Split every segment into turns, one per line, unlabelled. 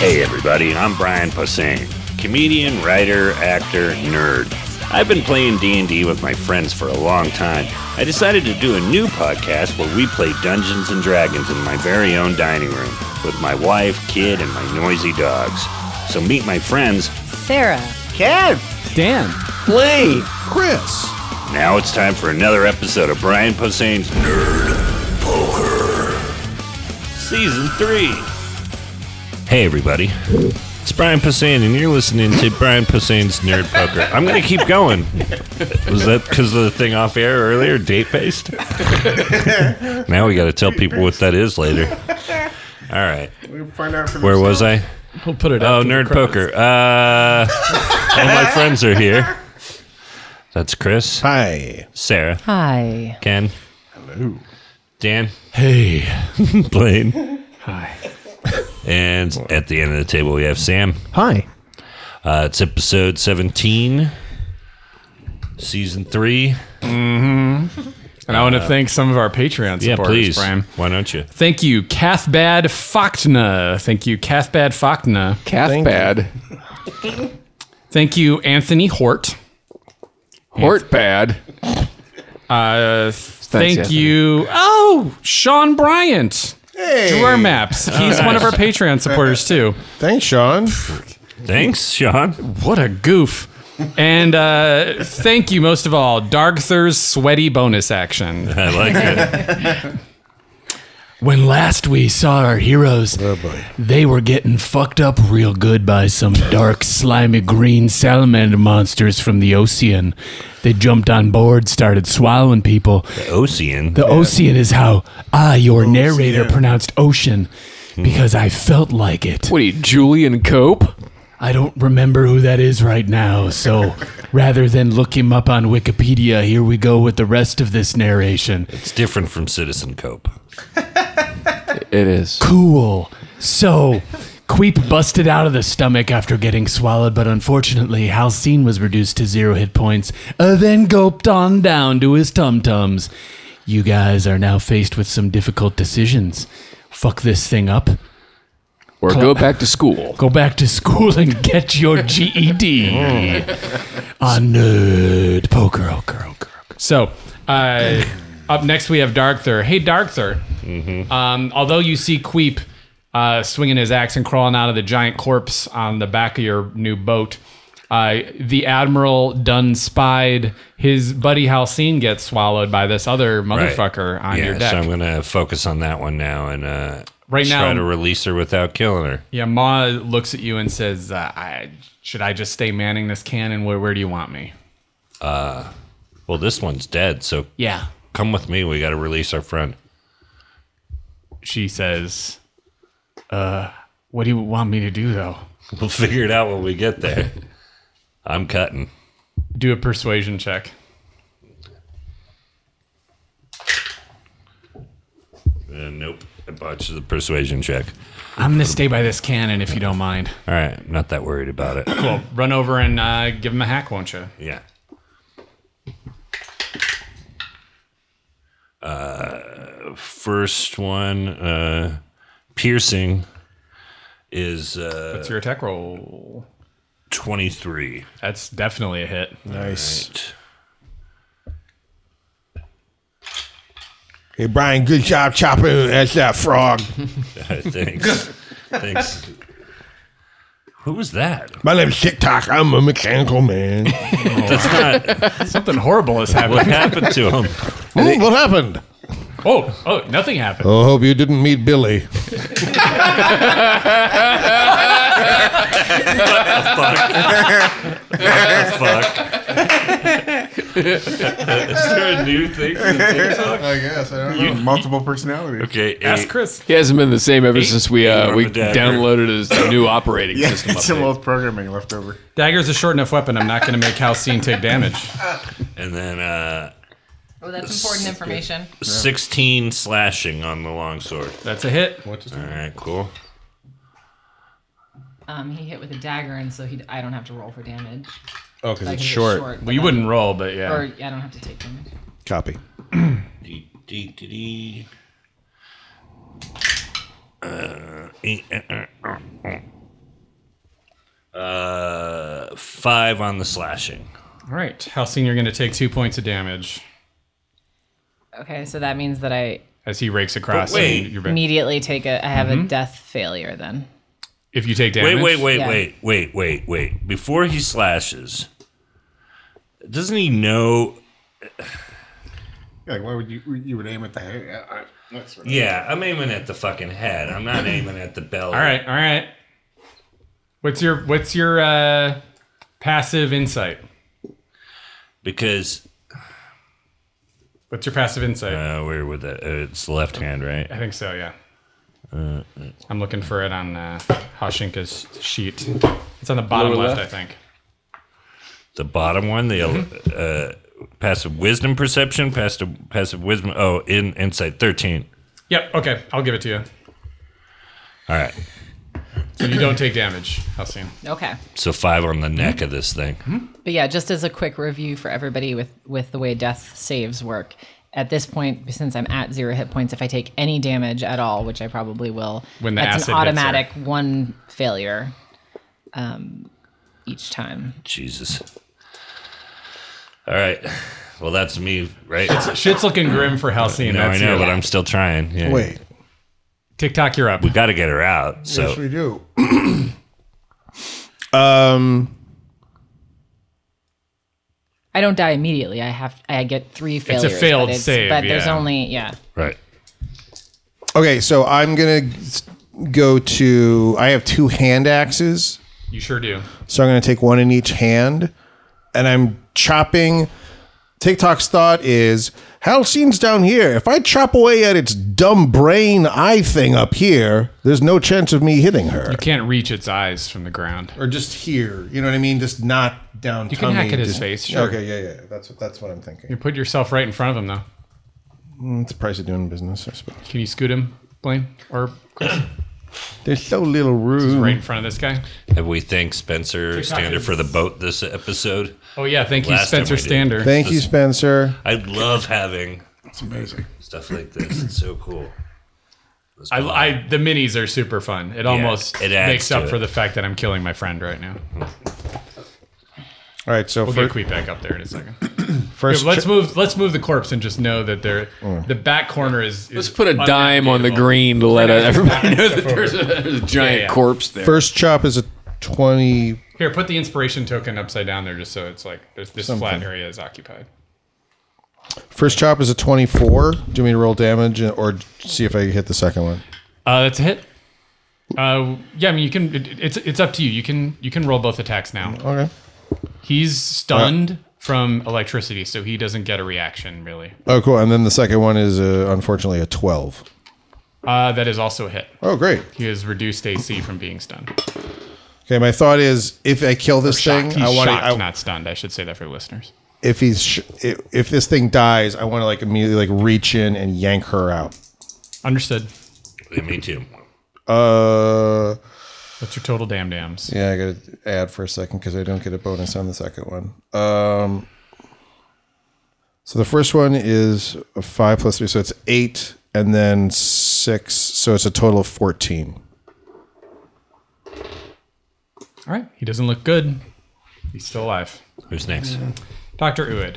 Hey, everybody, I'm Brian Posehn, comedian, writer, actor, nerd. I've been playing D&D with my friends for a long time. I decided to do a new podcast where we play Dungeons and Dragons in my very own dining room with my wife, kid, and my noisy dogs. So meet my friends.
Sarah.
Kev,
Dan.
Lee,
Chris.
Now it's time for another episode of Brian Posehn's Nerd Poker. Season 3. Hey, everybody. It's Brian Posehn, and you're listening to Brian Posehn's Nerd Poker. I'm going to keep going. Was that because of the thing off air earlier, date based? now we got to tell people what that is later. All right.
We find out from
Where was I?
We'll put it.
Oh,
up to the
Nerd
crowd.
Poker. Uh, all my friends are here. That's Chris,
Hi.
Sarah,
Hi.
Ken. Hello. Dan. Hey. Blaine. Hi. And at the end of the table, we have Sam.
Hi.
Uh, it's episode 17, season three.
And I want to thank some of our Patreon supporters,
Yeah, please.
Brian.
Why don't you?
Thank you, Cathbad Fachtna. Thank you, Cathbad Fachtna.
Thank
Cathbad.
Thank you, Anthony Hort.
Hortbad.
Uh, thank
Anthony.
you. Oh, Sean Bryant.
Hey.
Drawer Maps. He's one of our Patreon supporters, too.
Thanks, Sean.
Thanks, Sean.
What a goof. And uh, thank you most of all, Darkther's sweaty bonus action.
I like it.
When last we saw our heroes, they were getting fucked up real good by some dark, slimy green salamander monsters from the ocean. They jumped on board, started swallowing people.
Ocean.
The ocean is how ah your narrator pronounced ocean because I felt like it.
What are you, Julian Cope?
I don't remember who that is right now, so rather than look him up on Wikipedia, here we go with the rest of this narration.
It's different from Citizen Cope.
It is.
cool. So, Queep busted out of the stomach after getting swallowed, but unfortunately, Halcyon was reduced to zero hit points, uh, then gulped on down to his tum tums. You guys are now faced with some difficult decisions. Fuck this thing up.
Or go back to school.
Go back to school and get your GED. on nerd poker, poker, poker.
So, uh, up next we have Darkther. Hey, Darkther.
Mm-hmm.
Um, although you see Queep uh, swinging his axe and crawling out of the giant corpse on the back of your new boat, uh, the Admiral Dun spied his buddy Halcyon gets swallowed by this other
Right.
motherfucker on
yeah,
your deck.
so I'm going to focus on that one now and uh,
Right
try
now-
to release her without killing her.
yeah, Ma looks at you and says, uh, I, "Should I just stay manning this cannon? Where, where do you want me?"
Well, this one's dead, so
Yeah,
come with me. We got to release our friend.
she says. Uh, what do you want me to do though?
We'll figure it out when we get there. I'm cutting.
Do a persuasion check.
Uh, nope. I botched the persuasion check.
I'm gonna stay by this cannon if you don't mind.
All right. I'm not that worried about it.
Well, run over and uh, give him a hack, won't you?
Yeah. Uh, first one, uh, piercing is uh,
What's your attack roll?
23.
That's definitely a hit.
Nice.
Right.
Hey, Brian, good job chopping at that frog.
Thanks. Thanks. Who was that?
My name's TikTok. I'm a mechanical man.
Something horrible is happening.
What happened to him?
Hmm, what happened?
oh, oh, nothing happened.
Oh, hope you didn't meet Billy.
Fuck. Is there a new thing?
I guess. I don't know. Multiple personalities.
Okay.
Ask
eight.
Chris.
He hasn't been the same ever since we uh, we
Armored dagger.
downloaded his new operating
Yeah,
system.
it's some
update.
old programming left over.
Dagger's a short enough weapon. I'm not gonna make Halcyon take damage.
And then uh,
Oh, that's important information.
16 slashing on the longsword.
That's a hit.
All right, cool.
Um, he hit with a dagger, and so he, I don't have to roll for damage.
Oh, because
I can get short
Well, you wouldn't roll, but yeah.
Or I don't have to take damage.
Copy.
Dee, dee, dee, dee. Uh, eight, uh, uh, uh, uh, Uh, five on the slashing.
All right. Halcyon, you're going to take two points of damage
Okay, so that means that I
as he rakes across.
But wait.
and you're back.
immediately take a. I have
Mm-hmm.
a death failure then.
if you take damage.
Wait, wait, wait,
Yeah.
wait, wait, wait, wait. Before he slashes, doesn't he know?
Like, why would you? You would aim at the head. I- I- That's right.
Yeah, I'm aiming at the fucking head. I'm not aiming at the belly.
All right. All right. What's your what's your uh, passive insight?
Because
What's your passive insight?
uh, where would that? Uh, it's the left hand, right?
I think so. Yeah.
Uh,
I'm looking for it on uh, Hoshinka's sheet. It's on the bottom
Lower
left,
left.
I think.
The bottom one, the uh, passive wisdom perception, passive passive wisdom. Oh, in insight thirteen.
Yep. Okay. I'll give it to you.
All right,
So you don't take damage, Halcyon.
Okay.
so five on the neck of this thing.
But yeah, just as a quick review for everybody with with the way death saves work. At this point, since I'm at zero hit points, if I take any damage at all, which I probably will,
When the
that's
acid
an
hits
automatic one failure um, each time.
Jesus. All right. Well, that's me, right?
Shit's looking grim for Halcyon.
no, I
That's
know,
you.
but I'm still trying. Yeah.
Wait.
TikTok, you're up.
we got to get her out. So
Yes, we do. um,
I don't die immediately. I have I get three failures. but
failed save,
But there's
yeah.
only yeah.
right.
okay, so I'm going to go to. I have two hand axes.
You sure do.
So I'm going to take one in each hand and I'm chopping. TikTok's thought is Halcyon's down here. If I chop away at its dumb brain eye thing up here, there's no chance of me hitting her.
Can't reach its eyes from the ground.
Or just here. You know what I mean? Just not down You
can hack at his face, sure.
Okay, yeah, yeah. That's what that's what I'm thinking.
You put yourself right in front of him, though.
Mm, It's the price of doing business, I suppose.
Can you scoot him, Blaine, or Chris?
There's so little room.
right in front of this guy?
Have we thanked Spencer Stander for the boat this episode?
Oh yeah, thank you,
Last time
Spencer
we did.
Stander.
Thank you, Spencer.
I love having
It's amazing.
stuff like this. It's so cool.
I, I the minis are super fun. It almost
it adds
makes
to
up
it.
for the fact that I'm killing my friend right now.
All right, so
We'll get
fir-
Queep back up there in a second.
first
Let's
cho-
move. Let's move the corpse and just know that there, the back corner is. is
Let's put a dime on the green to let everybody know that there's a, there's a giant
yeah.
corpse there.
first chop is a 20
Here, put the inspiration token upside down there, just so it's like there's this flat
Something.
area is occupied.
First chop is a 24. Do you mean to roll damage or see if I hit the second one?
Uh, that's a hit. Uh, yeah, I mean you can. It, it's it's up to you. You can you can roll both attacks now.
Okay.
He's stunned from electricity, so he doesn't get a reaction really.
Oh, cool. And then the second one is uh, unfortunately a 12.
Uh, that is also a hit.
Oh, great.
He has reduced AC from being stunned.
Okay, my thought is if I kill this
Shocked.
thing,
He's
I want
shocked,
to.
not stunned. I should say that for listeners.
If he's sh- if, if this thing dies, I want to like immediately like reach in and yank her out.
Understood.
Yeah, me too.
Uh,
What's your total damn dams?
yeah, I gotta add for a second because I don't get a bonus on the second one. Um, so the first one is a five plus three, so it's eight, and then six, so it's a total of fourteen.
All right. He doesn't look good. He's still alive.
Who's next?
Dr. Uid,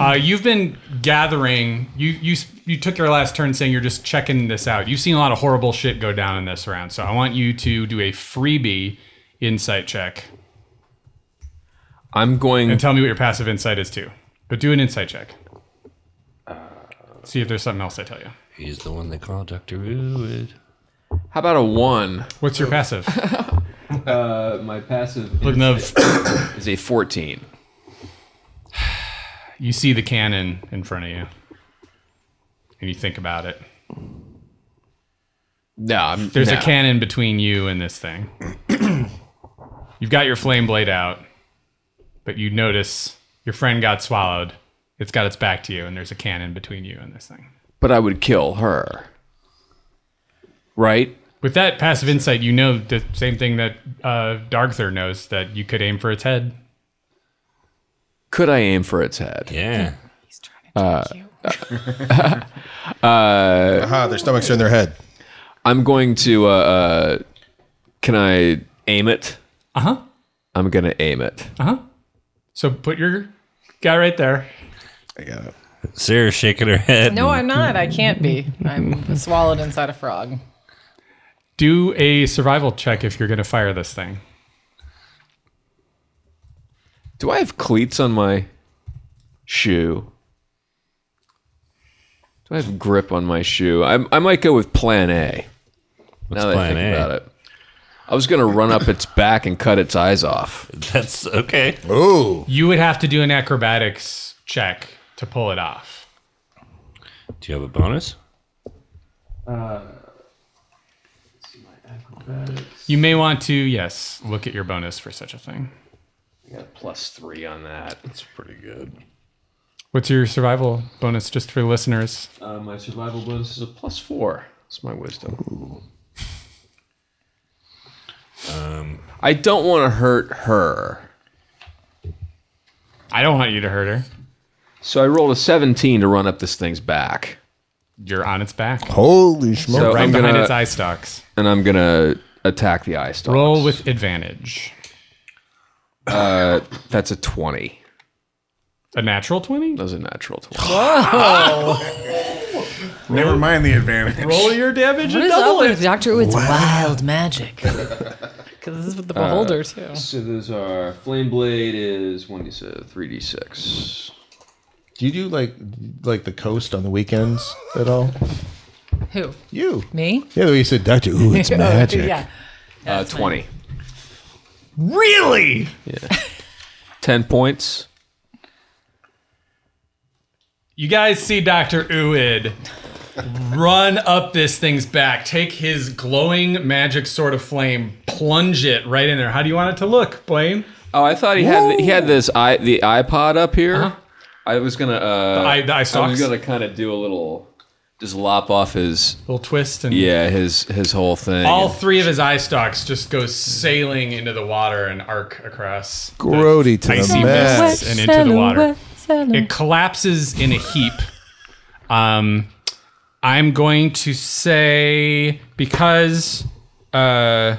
uh, you've been gathering. You you you took your last turn saying you're just checking this out. You've seen a lot of horrible shit go down in this round, so I want you to do a freebie insight check
I'm going.
and tell me what your passive insight is too. But do an insight check. See if there's something else I tell you.
He's the one they call Doctor Wood.
How about a one?
What's your passive?
Uh, my passive
Looking up,
is a fourteen.
you see the cannon in front of you, and you think about it.
No, I'm,
There's
no.
a cannon between you and this thing. You've got your flame blade out, but you notice your friend got swallowed. It's got its back to you, and there's a cannon between you and this thing.
But I would kill her. Right?
With that passive insight, you know the same thing that uh, Darkther knows that you could aim for its head.
Could I aim for its head?
Yeah.
He's trying to trick you.
Aha, their stomachs are in their head.
I'm going to. Uh, uh, can I aim it?
Uh huh.
I'm gonna aim it.
So put your guy right there.
I got it.
Sarah's shaking her head.
No, I'm not. I can't be. I'm swallowed inside a frog.
Do a survival check if you're going to fire this thing.
Do I have cleats on my shoe? Do I have grip on my shoe? I, I might go with Plan A. What's now that
plan
I think
A?
about it, I was gonna run up its back and cut its eyes off.
That's okay.
Ooh.
You would have to do an acrobatics check to pull it off.
Do you have a bonus?
You may want to, yes, look at your bonus for such a thing.
I got plus three on that.
That's pretty good.
What's your survival bonus just for listeners?
Uh, my survival bonus is a plus four. That's my wisdom. Um. I don't want to hurt her,
I don't want you to hurt her.
so I rolled a 17 to run up this thing's back.
You're on its back,
Holy smoke.
So
right
I'm
behind
gonna
its eye stalks.
and I'm gonna attack the eye stalk.
Roll with advantage.
That's a 20.
A natural 20?
That was a natural 20.
Never mind the advantage.
Roll your damage and
What is
double
up
it.
with Dr. Wood's wild magic? Because this is with the beholder, too.
so those are flame blade is one d six, three d six.
Do you do like like the coast on the weekends at all?
Who?
You.
Me?
Yeah, you said, Doctor, ooh, it's
Oh,
magic.
yeah.
Uh, 20.
Really?
10 points.
You guys see Dr. Uid run up this thing's back, take his glowing magic sword of flame, plunge it right in there. How do you want it to look, Blaine?
Oh, I thought he had he had this i the iPod up here. I was gonna uh,
eye- Uh-huh. the eye
I was
stalks?
gonna kind of do a little just lop off his
Little twist and
yeah his his whole thing.
all three of his eye stalks just go sailing into the water and arc across.
Grody to the
icy
max.
mists and into the water. It collapses in a heap. Um, I'm going to say because uh,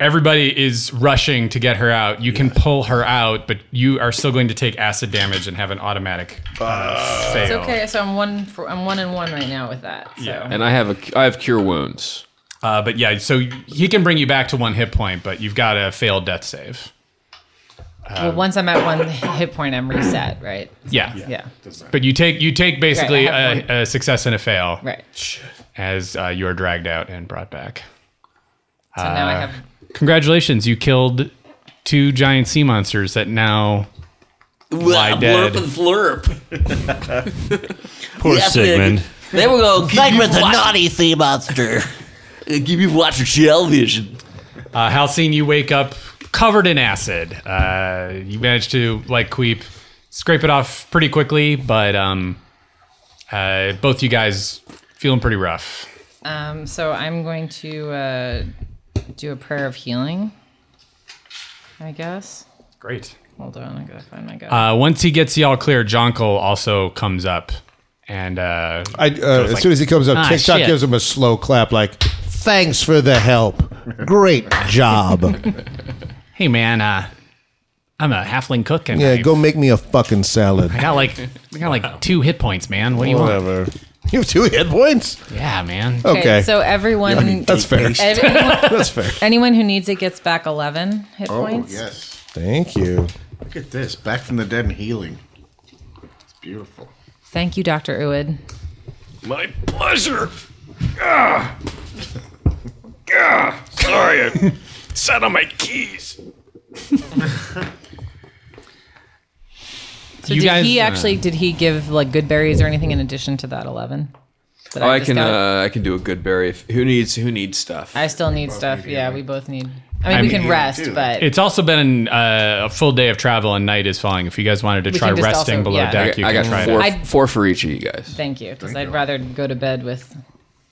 everybody is rushing to get her out, you can pull her out, but you are still going to take acid damage and have an automatic uh, fail.
It's okay. So I'm one for I'm one and one right now with that. So.
and I have a I have cure wounds.
Uh, but yeah, so he can bring you back to one hit point, but you've got a failed death save.
Well, once I'm at one hit point, I'm reset, right?
Yeah.
Yeah.
But you take you take basically
Right, I have
a, a success and a fail
Right. So
as uh, you are dragged out and brought back.
now I have
Congratulations, you killed two giant sea monsters that now lie
Blurp
dead.
and flurp.
Poor
Yes,
Sigmund.
They were going to Sigmund the naughty sea monster. Uh, Give you watching television.
Uh, Halcyon, you wake up covered in acid. Uh, you manage to, like Queep, scrape it off pretty quickly, but um, uh, both you guys feeling pretty rough.
um. So I'm going to uh, do a prayer of healing. I guess.
Great.
Hold on, I gotta find my guy.
Uh, once he gets y'all clear, Jonkel also comes up and uh,
I, uh, as soon as he comes up,
"Ah,
TikTok
shit."
gives him a slow clap, like, thanks for the help. Great job.
hey man, uh, I'm a halfling cook and
yeah,
I
go make me a fucking salad.
I got like I got like two hit points, man. What do you want?
Whatever. You have two hit points?
Yeah, man.
Okay.
So everyone.
That's fair.
ev- anyone,
That's fair.
anyone who needs it gets back 11 hit
Oh,
points.
yes.
Thank you.
Look at this. Back from the dead and healing. It's beautiful.
Thank you, Dr. Uwid.
My pleasure. Ah. Ah. Sorry, I sat on my keys.
So
You
did
guys- uh,
he actually did he give like good berries or anything in addition to that 11? That
Oh, I
just
can
got?
uh, I can do a good berry. If, who needs who needs stuff?
I still need stuff. Yeah, we both need. I mean, we
mean,
can rest,
too.
but
It's also been uh, a full day of travel and night is falling. If you guys wanted to
We
try
can just
resting
also-
below
yeah.
deck,
I,
you
I
can
got
try
four,
that.
I'd-
four for each of you guys.
thank you because I'd rather go to bed with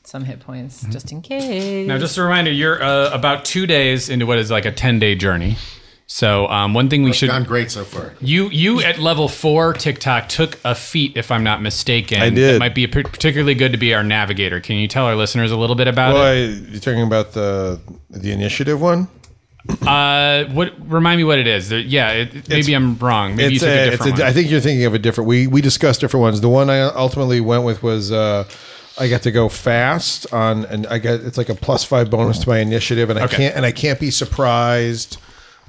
some hit points just in case.
Now, just a reminder, you're uh, about two days into what is like a ten day journey. So um, one thing we should
Gone great so far.
you you at level four TikTok took a feat if I'm not mistaken. I
did.
It might be par- particularly good to be our navigator. Can you tell our listeners a little bit about
Well,
it?
I- you're talking about the the initiative one?
Uh, what remind me what it is? There, yeah, it, maybe I'm wrong. Maybe you
It's
took a,
a, it's
different
a,
one.
I think you're thinking of a different. We we discussed different ones. The one I ultimately went with was uh, I got to go fast on, and I got it's like a plus five bonus to my initiative, and I
Okay.
can't and I can't be surprised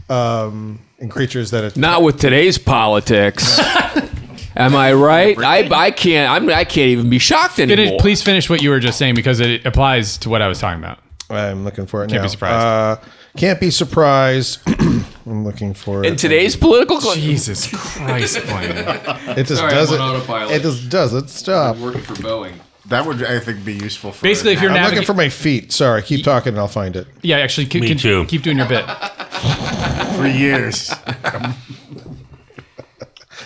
um, in creatures that it's
Not with today's politics. Am I right? I, I can't. I'm, I can't even be shocked anymore.
finish, please finish what you were just saying because it applies to what I was talking about.
I'm looking for it
Can't
now.
be surprised.
Uh, can't be surprised. I'm looking for it.
in today's political. cl-
Jesus Christ, Blaine.
it just
Sorry, I'm
doesn't.
on autopilot.
It just doesn't stop.
working for Boeing.
That would, I think, be useful for
Basically, if you're
I'm
navig-
looking for my feet. Sorry, keep talking and I'll find it.
yeah, actually, keep,
Me
keep-
too.
keep doing your bit.
for years.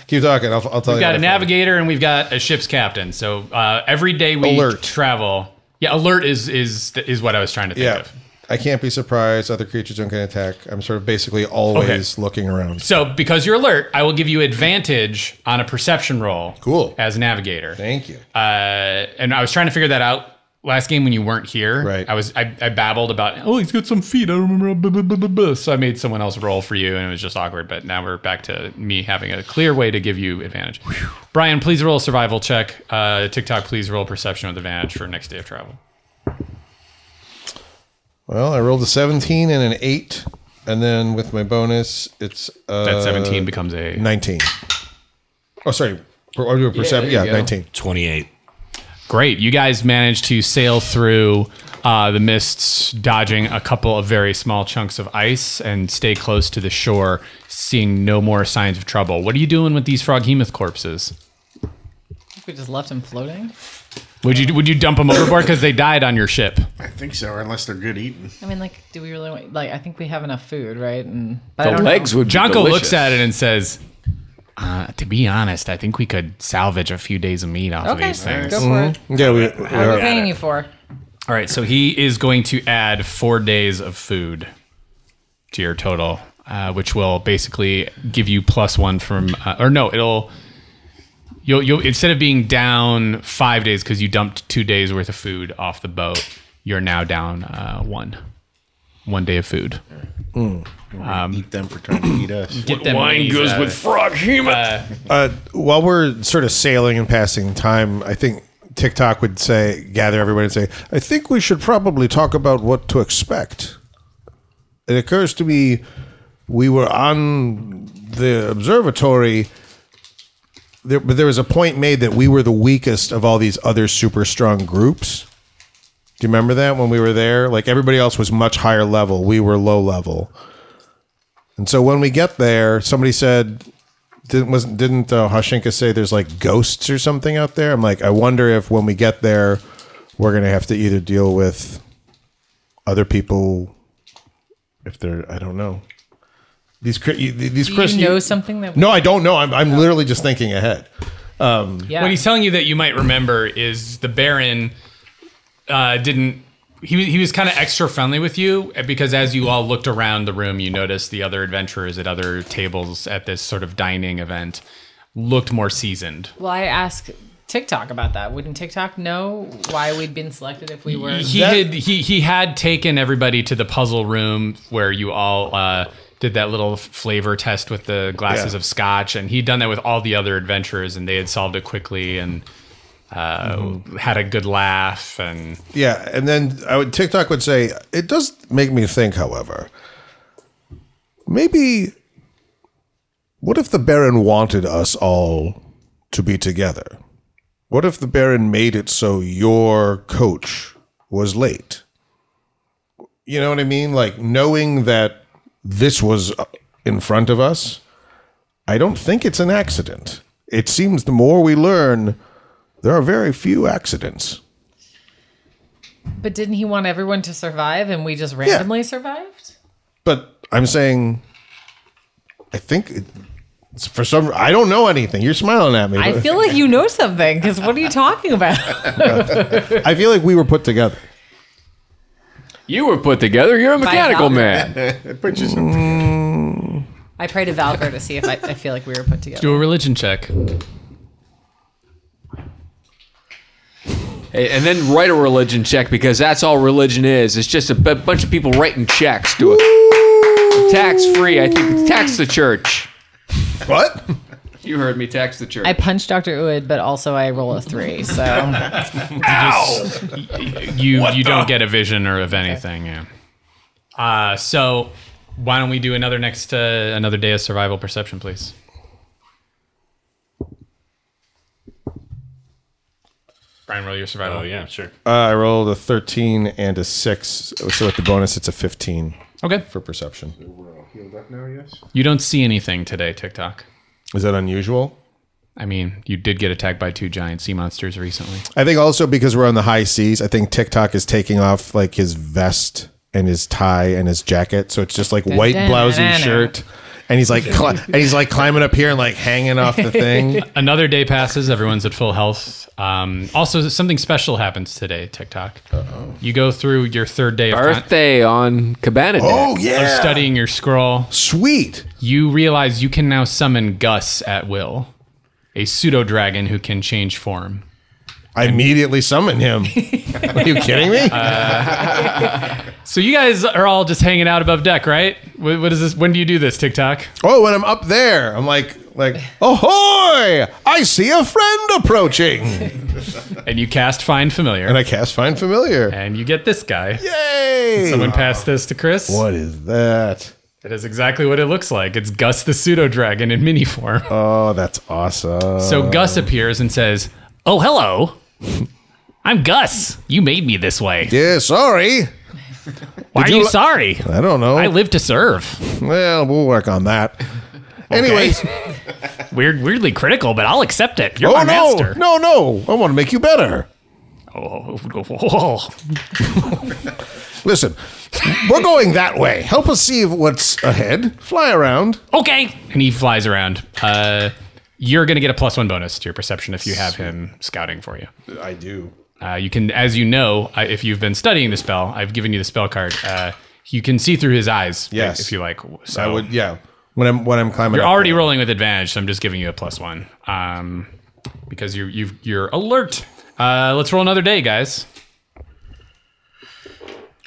Keep talking. I'll, I'll tell
We've got a
you. how to find it.
navigator and we've got a ship's captain. So uh, every day we
Alert.
travel. Yeah, alert is is is what I was trying to think
Yeah.
of.
I can't be surprised. Other creatures don't get attack. I'm sort of basically always looking around.
So because you're alert, I will give you advantage on a perception roll.
Cool.
As navigator.
Thank you.
uh, and I was trying to figure that out last game when you weren't here.
Right.
I was I, I babbled about oh he's got some feet I remember blah, blah, blah, blah, blah." so I made someone else roll for you and it was just awkward. But now we're back to me having a clear way to give you advantage. Brian, please roll a survival check. Uh, TikTok, please roll perception with advantage for next day of travel.
well, I rolled a 17 and an 8. And then with my bonus, it's uh,
That seventeen becomes a
19. Oh, sorry. Or do a perception. Yeah, 19.
28.
Great. You guys managed to sail through uh, the mists, dodging a couple of very small chunks of ice and stay close to the shore, seeing no more signs of trouble. What are you doing with these frog hemoth corpses?
We just left him floating.
Would you would you dump them overboard because they died on your ship?
I think so, unless they're good eating.
I mean, like, do we really want? Like, I think we have enough food, right? And but I
The
don't
legs
know.
would. Be
Jonko
delicious.
looks at it and says, uh, "To be honest, I think we could salvage a few days of meat off of
Okay,
these things."
go for it.
Yeah, we,
What are we
Got
paying
it.
you for?
All right, so he is going to add four days of food to your total, uh, which will basically give you plus one from, uh, or no, it'll you'll you'll instead of being down five days because you dumped two days worth of food off the boat, you're now down uh, one, one day of food. Um,
eat them for trying to eat us.
Get them wine goes with
frog human.
uh, while we're sort of sailing and passing time, I think TikTok would say, gather everybody and say, I think we should probably talk about what to expect. It occurs to me we were on the observatory, there, but there was a point made that we were the weakest of all these other super strong groups. Do you remember that when we were there? Like everybody else was much higher level, we were low level. And so when we get there, somebody said, didn't wasn't didn't uh, Hashinka say there's like ghosts or something out there? I'm like, I wonder if when we get there, we're gonna have to either deal with other people, if they're I don't know. These cri- you- these
Do
Chris,
you know something that?
no, I don't know. I'm I'm literally just thinking ahead.
yeah.
What he's telling you that you might remember is the Baron uh, didn't. He, was- he was kind of extra friendly with you eh, because as you all looked around the room, you noticed the other adventurers at other tables at this sort of dining event looked more seasoned.
Well, I asked TikTok about that. Wouldn't TikTok know why we'd been selected if we were?
He
That-
had he he had taken everybody to the puzzle room where you all uh, did that little f- flavor test with the glasses
Yeah.
of scotch, and he'd done that with all the other adventurers, and they had solved it quickly and uh,
Mm-hmm.
had a good laugh and.
Yeah, and then I would TikTok would say it does make me think. However, maybe what if the Baron wanted us all to be together? What if the Baron made it so your coach was late? You know what I mean? Like knowing that this was uh, in front of us, I don't think it's an accident. It seems the more we learn, there are very few accidents.
But didn't he want everyone to survive, and we just randomly survived?
But I'm saying, I think it- it's for some. I don't know anything. You're smiling at me.
I
but
feel like you know something because what are you talking about?
I feel like we were put together.
You were put together. You're a mechanical
Valkyrie.
man.
Put you some-
I pray to Valkyr to see if I, I feel like we were put together.
Do a religion check.
Hey, and then write a religion check because that's all religion is. It's just a b- bunch of people writing checks to a tax free. I think tax the church.
What?
You heard me, tax the church.
I punch Dr. Uid, but also I roll a three. So
You you don't get a vision or of anything. Yeah. Uh, so why don't we do another next uh, another day of survival perception, please? Brian, roll your survival.
Oh yeah, sure.
Uh, I rolled a 13 and a 6. So with the bonus, it's a 15
Okay.
for perception.
We're all healed up now, yes?
You don't see anything today, TikTok.
Is that unusual?
I mean, you did get attacked by two giant sea monsters recently.
I think also because we're on the high seas, I think TikTok is taking off like his vest and his tie and his jacket. So it's just like white
dun,
blousy
dun, dun.
shirt. And he's like, cli- and he's like climbing up here and like hanging off the thing.
Another day passes. Everyone's at full health. Um, also, something special happens today, TikTok. Uh-oh. You go through your third day of, con-
Birthday on Cabana Day.
oh
of
yeah,
studying your scroll.
sweet.
You realize you can now summon Gus at will, a pseudo dragon who can change form.
I immediately summon him. Are you kidding me?
Uh, So you guys are all just hanging out above deck, right? What, what is this? When do you do this, TikTok?
oh, when I'm up there, I'm like, like, ahoy! I see a friend approaching,
And you cast Find Familiar, and,
and I cast find familiar.
you get this guy.
Yay!
Someone passed this to Chris.
what is that?
It is exactly what it looks like. It's Gus the pseudo dragon in mini form.
Oh, that's awesome.
So Gus appears and says, "Oh, hello. I'm Gus. You made me this way.
yeah, sorry.
Why are you
li-
sorry?
I don't know.
I live to serve.
well, we'll work on that. Anyways,
Weird, weirdly critical, but I'll accept it. You're
oh
my
no,
master.
no, no! I want to make you better.
Oh, oh, oh, oh.
Listen, we're going that way. Help us see what's ahead. Fly around.
okay. And he flies around. Uh, you're going to get a plus one bonus to your perception if you have him scouting for you.
I do.
Uh, you can, as you know, uh, if you've been studying the spell, I've given you the spell card. Uh, you can see through his eyes.
Yes.
If you like. So
I would. Yeah. When I'm when I'm climbing,
You're
up
already
there.
rolling with advantage, so I'm just giving you a plus one um, because you're you've, you're alert. Uh, let's roll another day, guys.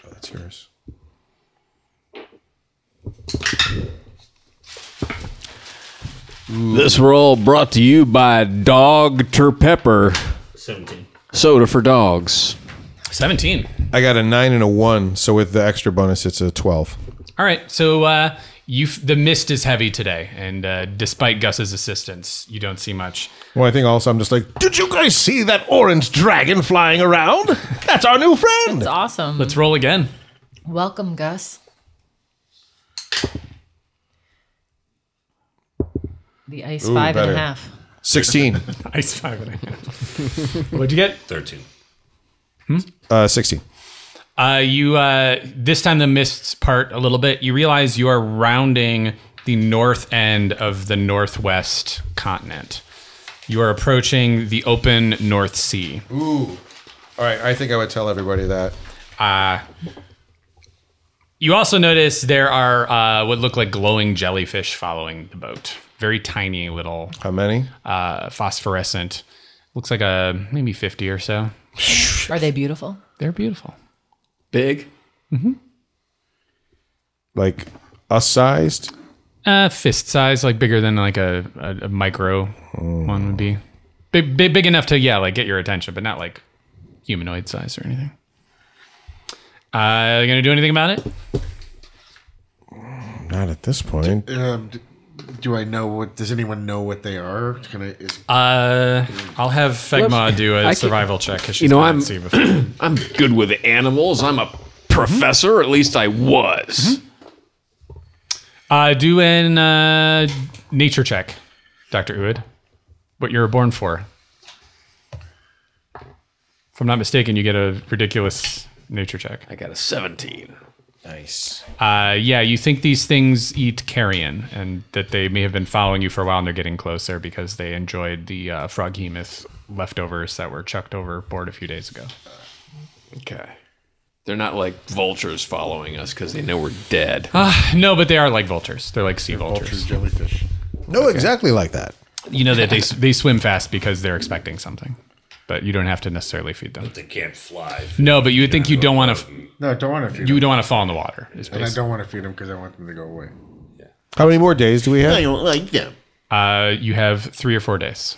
That's yours.
This roll brought to you by Dog Ter Pepper
Seventeen.
soda for dogs.
Seventeen.
I got a nine and a one, so with the extra bonus, it's a twelve.
All right, so uh, you f- the mist is heavy today, and uh, despite Gus's assistance, you don't see much.
Well, I think also I'm just like, did you guys see that orange dragon flying around? That's our new friend.
it's awesome.
Let's roll again.
Welcome, Gus. The ice
Ooh,
five and a
better.
half.
Sixteen.
Ice five and a half. What'd you get?
Thirteen.
Uh, Sixteen.
Uh, you uh, this time the mists part a little bit. You realize you are rounding the north end of the northwest continent. You are approaching the open North Sea.
Ooh. All right. I think I would tell everybody that.
You also notice there are uh, what look like glowing jellyfish following the boat. Very tiny little
How many?
uh, phosphorescent. Looks like a maybe 50 or so.
Are they beautiful?
They're beautiful.
Big.
Like us sized?
Uh, fist size, like bigger than like a, a, a micro one would be. Big, big, big enough to, yeah, like get your attention, but not like humanoid size or anything. Uh, you gonna do anything about it?
Not at this point.
Um, d- do I know what? Does anyone know what they are? Can I? Is,
Uh, I'll have Fegma do a
I can-
survival check because she's
You know,
been
I'm-
at sea before.
I'm good with animals. I'm a professor, or at least I was.
Uh, do an uh, nature check, Dr. Uid. What you were born for. If I'm not mistaken, you get a ridiculous nature check.
I got a 17.
Nice.
Uh, yeah, you think these things eat carrion and that they may have been following you for a while and they're getting closer because they enjoyed the uh, frog hemoth leftovers that were chucked overboard a few days ago.
Okay. They're not like vultures following us because they know we're dead.
No, but they are like vultures. They're like sea vultures.
No, exactly like that.
You know that they, they swim fast because they're expecting something. but you don't have to necessarily feed them.
They can't fly.
No, but you would think you don't want to.
No, I don't want to feed
You
them.
don't want to fall in the water. Is
And I
basically-
don't want to feed them because I want them to go away.
How many more days do we
I
have?
don't like them.
Uh, you have three or four days,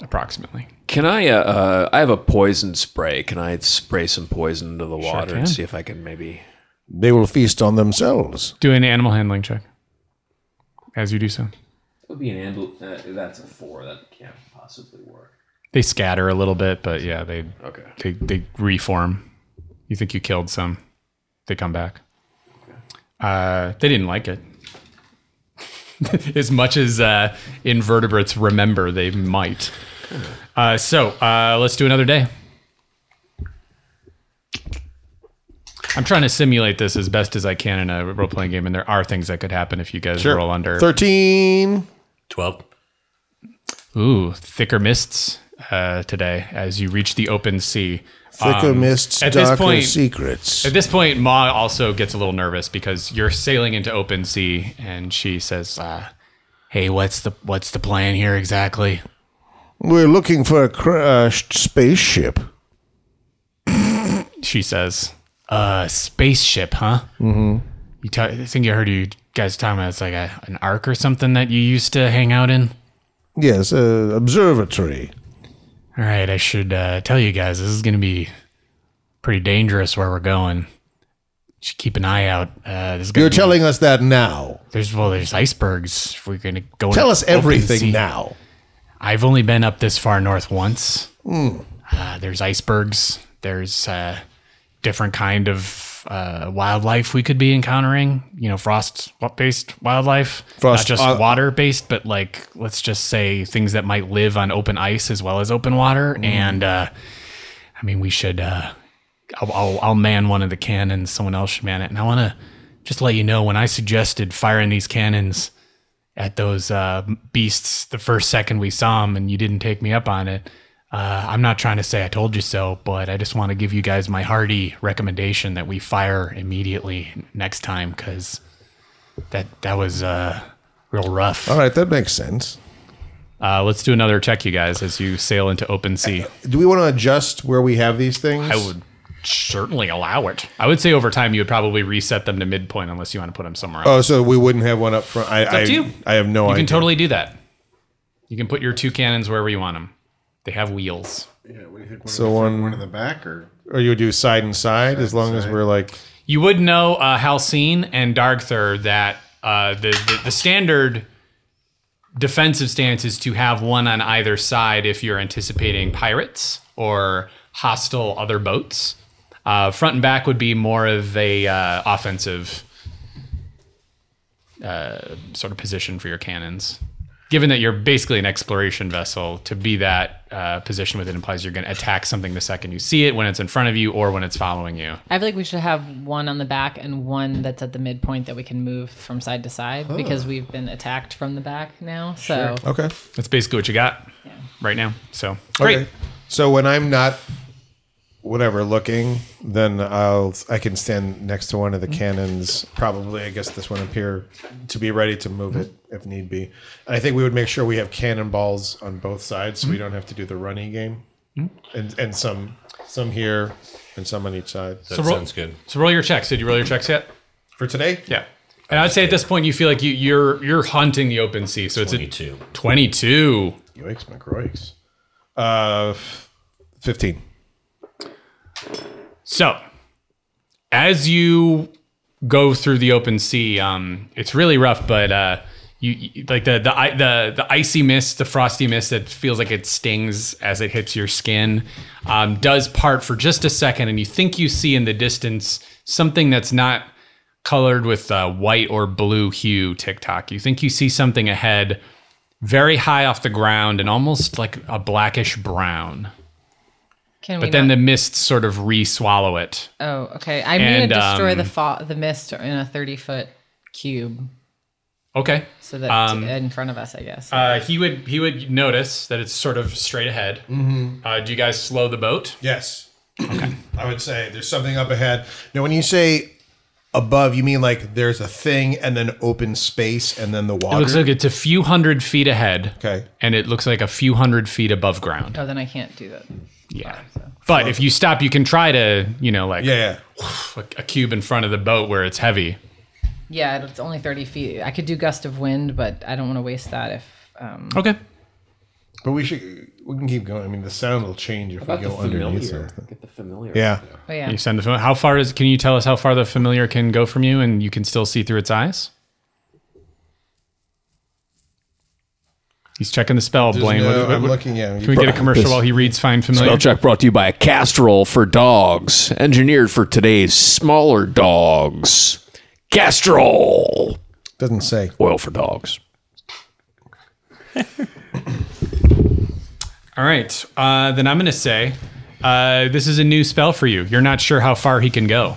approximately.
Can I? Uh, uh, I have a poison spray. Can I spray some poison into the water and see if I can maybe?
They will feast on themselves.
Do an animal handling check as you do so.
It would be an ambul- uh, That's a four. That can't possibly work.
They scatter a little bit, but yeah, they
Okay.
they they reform. You think you killed some? They come back. Uh, they didn't like it. as much as uh, invertebrates remember, they might. Uh, so uh, let's do another day. I'm trying to simulate this as best as I can in a role playing game, and there are things that could happen if you guys roll under.
13.
12.
Ooh, thicker mists uh, today as you reach the open sea.
Thicker mists,
at this
darker
point-
secrets.
At this point, Ma also gets a little nervous because you're sailing into open sea, and she says, uh,
Hey, what's the what's the plan here exactly?
We're looking for a crashed spaceship.
"She says,
A spaceship, huh? Mm-hmm. You ta- I think I heard you guys talking about it's like a, an ark or something that you used to hang out in.
Yes, an observatory.
All right, I should uh, tell you guys this is going to be pretty dangerous where we're going. You should keep an eye out. Uh, there's gonna
You're
be-
telling us that now.
there's well, there's icebergs. If we're going to go,
Tell
into
us
open
everything
sea.
now.
I've only been up this far north once.
Hmm.
Uh, there's icebergs. There's uh, different kind of uh, wildlife we could be encountering. You know, frost based wildlife,
Frost-
not just
uh,
water based, but like let's just say things that might live on open ice as well as open water.
Hmm.
And uh, I mean, we should. Uh, I'll, I'll, I'll man one of the cannons. Someone else should man it. And I want to just let you know when I suggested firing these cannons at those uh, beasts the first second we saw them and you didn't take me up on it. Uh, I'm not trying to say I told you so, but I just want to give you guys my hearty recommendation that we fire immediately next time because that that was uh, real rough.
All right, that makes sense.
uh, Let's do another check, you guys, as you sail into open sea.
Do we want to adjust where we have these things?
I would certainly allow it. I would say over time you would probably reset them to midpoint unless you want to put them somewhere else.
Oh, so we wouldn't have one up front. I, I,
up to you.
I have no
You
idea.
can totally do that. You can put your two cannons wherever you want them. They have wheels.
Yeah, what do you think? One so
So
in the front,
one-
one in the back, or
or you would do side and side, as long as we're like.
You would know uh, Halcyon and Darkther that uh, the, the the standard defensive stance is to have one on either side if you're anticipating pirates or hostile other boats. Uh, front and back would be more of a uh, offensive uh, sort of position for your cannons. Given that you're basically an exploration vessel, to be that uh, position with it implies you're going to attack something the second you see it, when it's in front of you or when it's following you.
I feel like we should have one on the back and one that's at the midpoint that we can move from side to side
Oh.
because we've been attacked from the back now. So
Okay.
That's basically what you got right now. So great.
Okay. So when I'm not, whatever, looking, then I'll I can stand next to one of the
Mm-hmm.
cannons. Probably, I guess this one up here to be ready to move it
Mm-hmm.
if need be. And I think we would make sure we have cannonballs on both sides, so we
Mm-hmm.
don't have to do the running game. And and some some here and some on each side.
That
roll-
sounds good.
So roll your checks. Did you roll your checks yet?
For today,
Yeah. And I'd say at this point you feel like you, you're you're hunting the open sea. So it's a
22.
twenty-two.
yikes, my groikes. Uh, f- fifteen.
So, as you go through the open sea, um, it's really rough, but uh, you, you like the the, i- the the icy mist, the frosty mist that feels like it stings as it hits your skin, um, does part for just a second, and you think you see in the distance something that's not colored with uh, white or blue hue. TikTok, you think you see something ahead, very high off the ground, and almost like a blackish brown.
can we?
But then
not-
the mists sort of re-swallow it.
oh, okay. I'm gonna
and,
destroy the
um,
fa- the mist in a 30 foot cube
Okay.
so that in front of us, I guess.
Um, Uh, he would he would notice that it's sort of straight ahead. Uh, do you guys slow the boat?
Yes. I would say there's something up ahead. Now, when you say above, you mean like there's a thing and then open space and then the
It
water.
looks like it's a few hundred feet ahead,
okay.
and it looks like a few hundred feet above ground.
oh, then I can't do that.
Yeah. But if you stop, you can try to, you know, like
Yeah.
a, a cube in front of the boat where it's heavy.
Yeah, it's only 30 feet. I could do gust of wind, but I don't want to waste that if. Um,
Okay.
But we should we can keep going. I mean, the sound will change if we go underneath something.
Get the familiar.
Yeah.
but oh, yeah.
You send the fam- how far is? Can you tell us how far the familiar can go from you, and you can still see through its eyes? He's checking the spell. Blaine,
No,
What- what-
I'm
what-
looking at.
can we get a commercial while he reads "Find Familiar"?
Spell check brought to you by Castrol for dogs, engineered for today's smaller dogs. Castrol
Doesn't say.
oil for dogs.
All right. Uh, then I'm going to say uh, this is a new spell for you. You're not sure how far he can go.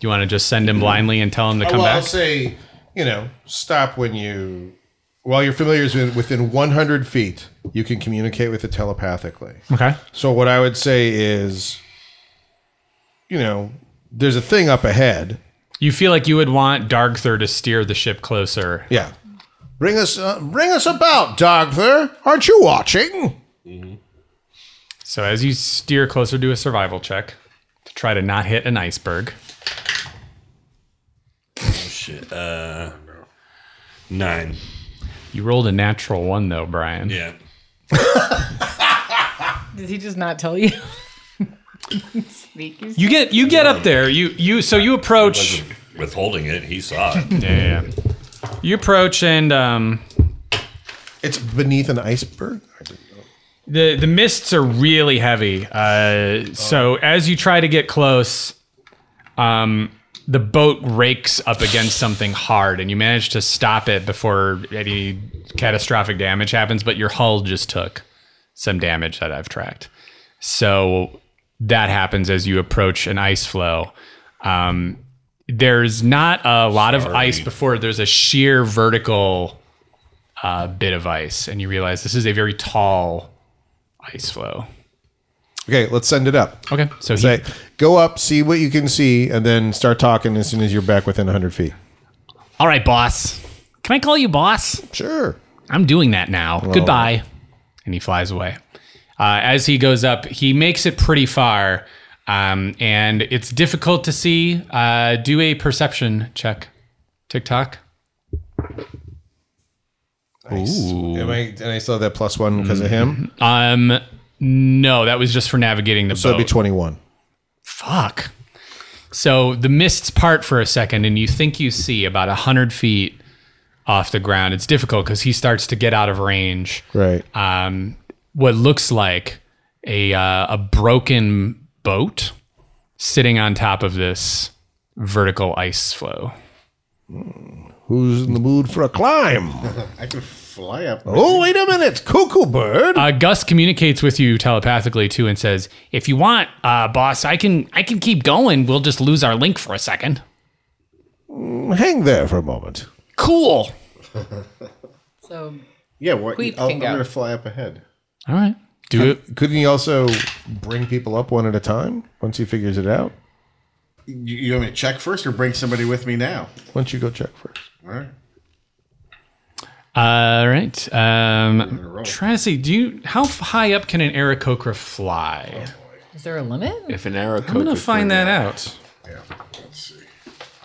You want to just send him blindly and tell him to come
well, I'll
back?
say, you know, stop when you, while your familiar is within- within 100 feet, you can communicate with it telepathically.
okay.
So what I would say is, you know, there's a thing up ahead.
You feel like you would want Dargthur to steer the ship closer.
Yeah. Bring us, uh, bring us about, Dogther. Aren't you watching?
So as you steer closer, do a survival check to try to not hit an iceberg.
Shit. Uh, nine.
You rolled a natural one though, Brian.
Yeah.
Did he just not tell you? Sneaky.
You get you get up there. You you so you approach.
Withholding it, he saw it.
Yeah, yeah, yeah. You approach and um,
It's beneath an iceberg.
The the mists are really heavy. Uh, so as you try to get close, um, the boat rakes up against something hard, and you manage to stop it before any catastrophic damage happens. But your hull just took some damage that I've tracked. So that happens as you approach an ice flow. Um, there's not a lot of ice before there's a sheer vertical uh, bit of ice, and you realize this is a very tall ice flow.
Okay, let's send it up.
Okay, so he,
Say, go up, see what you can see, and then start talking as soon as you're back within 100 feet.
all right, boss. Can I call you boss?
Sure.
I'm doing that now. Goodbye. And he flies away. Uh, as he goes up, he makes it pretty far, um, and it's difficult to see. Uh, do a perception check. TikTok.
Am I, and I still have that plus one because of him.
Um, no, that was just for navigating the
So
boat.
it'd be 21.
Fuck. So the mists part for a second, and you think you see about a hundred feet off the ground. It's difficult because he starts to get out of range.
Right.
um, what looks like a uh, a broken boat sitting on top of this vertical ice flow.
Who's in the mood for a climb?
I could fly up.
Oh, wait a minute. Cuckoo bird.
Uh, Gus communicates with you telepathically too, and says, "If you want, uh, boss, I can I can keep going. We'll just lose our link for a second.
Hang there for a moment.
Cool.
So
Yeah, what?
Queep
I'll,
can
I'm
go.
going to fly up ahead.
All right, do it.
Couldn't he also bring people up one at a time once he figures it out?
You, you want me to check first or bring somebody with me now?
Why don't you go check first?
All right.
All right. Um, trying to see, do you how f- high up can an Aarakocra fly?
is there a limit?
If an arrow
I'm gonna find that out.
Yeah. Let's see.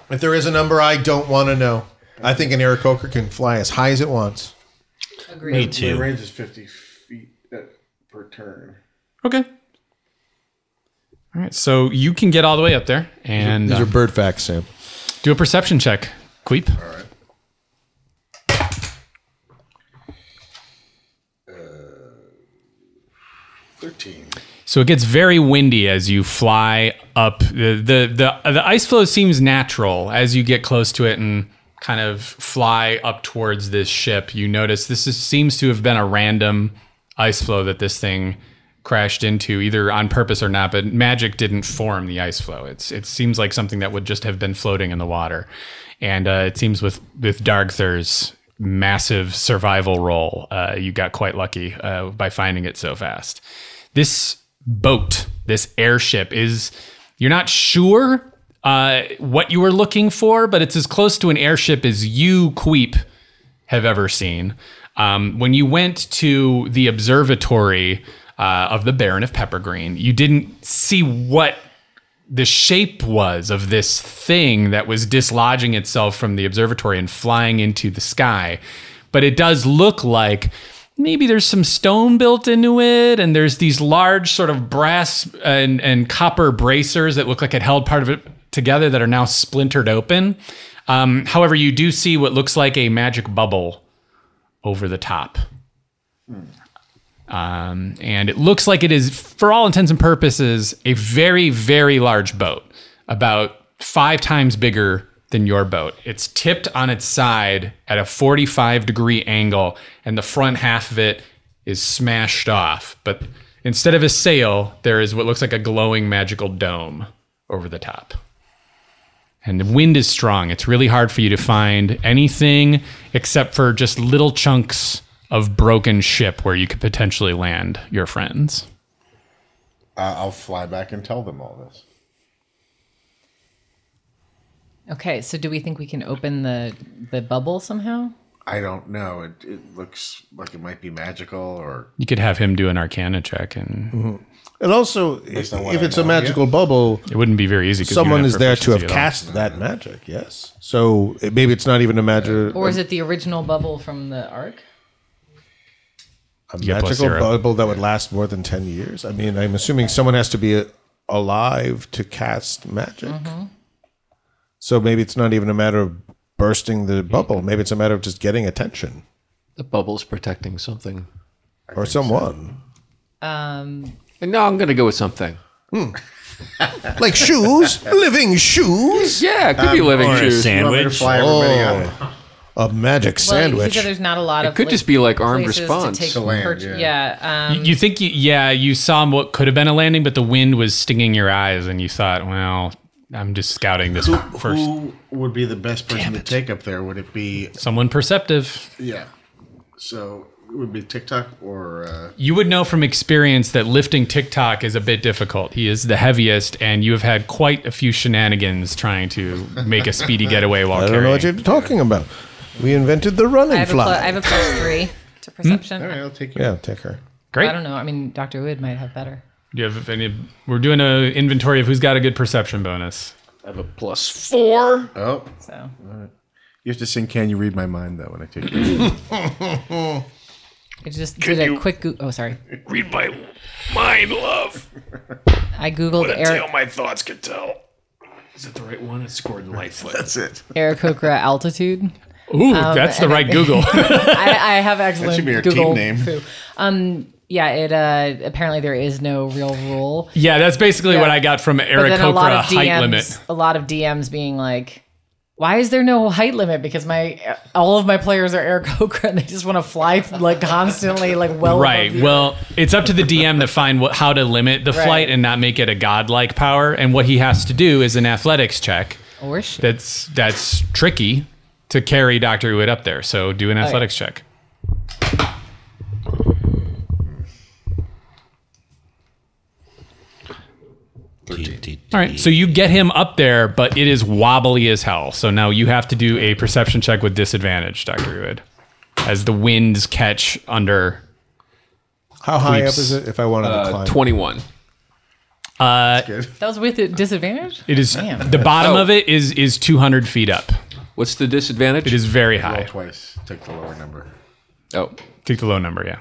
If there is a number I don't want to know, I think an Eric Coker can fly as high as it wants.
Agreed.
The range is 50 feet uh, per turn.
Okay. All right, so you can get all the way up there and
These
uh,
are bird facts, Sam.
do a perception check, Queep.
Thirteen.
So it gets very windy as you fly up. The, the the the ice flow seems natural as you get close to it and kind of fly up towards this ship. You notice this is, seems to have been a random ice flow that this thing crashed into, either on purpose or not. But magic didn't form the ice flow. It's it seems like something that would just have been floating in the water, and uh, it seems with with Dargthur's massive survival role, uh, you got quite lucky uh, by finding it so fast this boat, this airship is you're not sure uh, what you were looking for, but it's as close to an airship as you, Queep, have ever seen. Um, when you went to the observatory uh, of the Baron of Peppergreen. You didn't see what the shape was of this thing that was dislodging itself from the observatory and flying into the sky. But it does look like maybe there's some stone built into it, and there's these large sort of brass and, and copper bracers that look like it held part of it together that are now splintered open. Um, however, you do see what looks like a magic bubble over the top. Um, and it looks like it is, for all intents and purposes, a very, very large boat, about five times bigger than your boat. It's tipped on its side at a 45 degree angle, and the front half of it is smashed off. But instead of a sail, there is what looks like a glowing magical dome over the top. And the wind is strong. It's really hard for you to find anything except for just little chunks of broken ship where you could potentially land your friends.
I- I'll fly back and tell them all this.
Okay, so do we think we can open the the bubble somehow?
I don't know. It, it looks like it might be magical or
You could have him do an arcana check, and
And also,
on what
if
I
it's a
know, yeah.
magical bubble,
it wouldn't be very easy. 'cause you don't
someone
have
is there to
proficiency
have
at all.
cast that magic. Yes. So it- maybe it's not even a magic.
Or is it the original bubble from the arc?
a
Yeah, plus
magical
zero.
bubble that would last more than 10 years? I mean, I'm assuming someone has to be uh, alive to cast magic.
Mm-hmm.
So maybe it's not even a matter of bursting the bubble. Maybe it's a matter of just getting attention
The bubble's protecting something.
or someone.
And now I'm going to go with something.
Like shoes, living shoes.
Yeah, it could
Um,
be living
Or a
shoes.
You want me to
sandwich.
fly everybody
Oh.
up?
A magic
Well, you
sandwich.
said there's not a lot of
could
like,
just be, like, armed
places
response.
To take
To land,
perch-
yeah.
yeah. um,
You think, you, yeah, you saw what could have been a landing, but the wind was stinging your eyes, and you thought, well, I'm just scouting this first.
Who would be the best person to take up there? Would it be
Someone perceptive.
yeah? So it would be TikTok or uh,
You would know from experience that lifting TikTok is a bit difficult. He is the heaviest, and you have had quite a few shenanigans trying to make a speedy getaway while
I don't
carrying.
know what you're talking about. We invented the
I
running
have, a
fly.
plus, I have a plus three to perception.
all right, I'll take you.
yeah, take her.
Great.
I don't know. I mean, Doctor Wood might have better.
Do you have any? We're doing a inventory of who's got a good perception bonus.
I have a plus four.
Oh,
So
you have to sing. Can you read my mind though? When I take you.
I just did a quick. Go- oh, sorry.
Read my mind, love.
I googled
Tell
Eric
my thoughts could tell. Is it the right one? It's Gordon Lightfoot.
That's it.
Aarakocra altitude.
Ooh,
Oh,
that's the right Google.
I, I have excellent
should be our team
Google
name.
foo. Um, yeah. It uh, apparently there is no real rule.
yeah, that's basically what I got from
But
Eric
then a lot
Okra
of
height
DMs,
limit.
a lot of DMs being like, "Why is there no height limit?" Because my all of my players are Eric Okra and they just want to fly like constantly, like well. above
Right.
you.
Well, it's up to the DM to find what, how to limit the
Right.
flight and not make it a godlike power. And what he has to do is an athletics check.
Or shit.
That's that's tricky to carry Doctor Uwit up there. So do an athletics check. All right, so you get him up there, but it is wobbly as hell. So now you have to do a perception check with disadvantage, Doctor Uwid, as the winds catch under.
How high up
Creeps.
is it if I wanted
Uh,
Uh,
to climb?
21.
That was with a disadvantage.
It is
Damn.
the bottom
Oh.
of it is is 200 feet up.
What's the disadvantage?
It is very
Roll
high.
twice. Take the lower number.
oh,
Take the low number, yeah.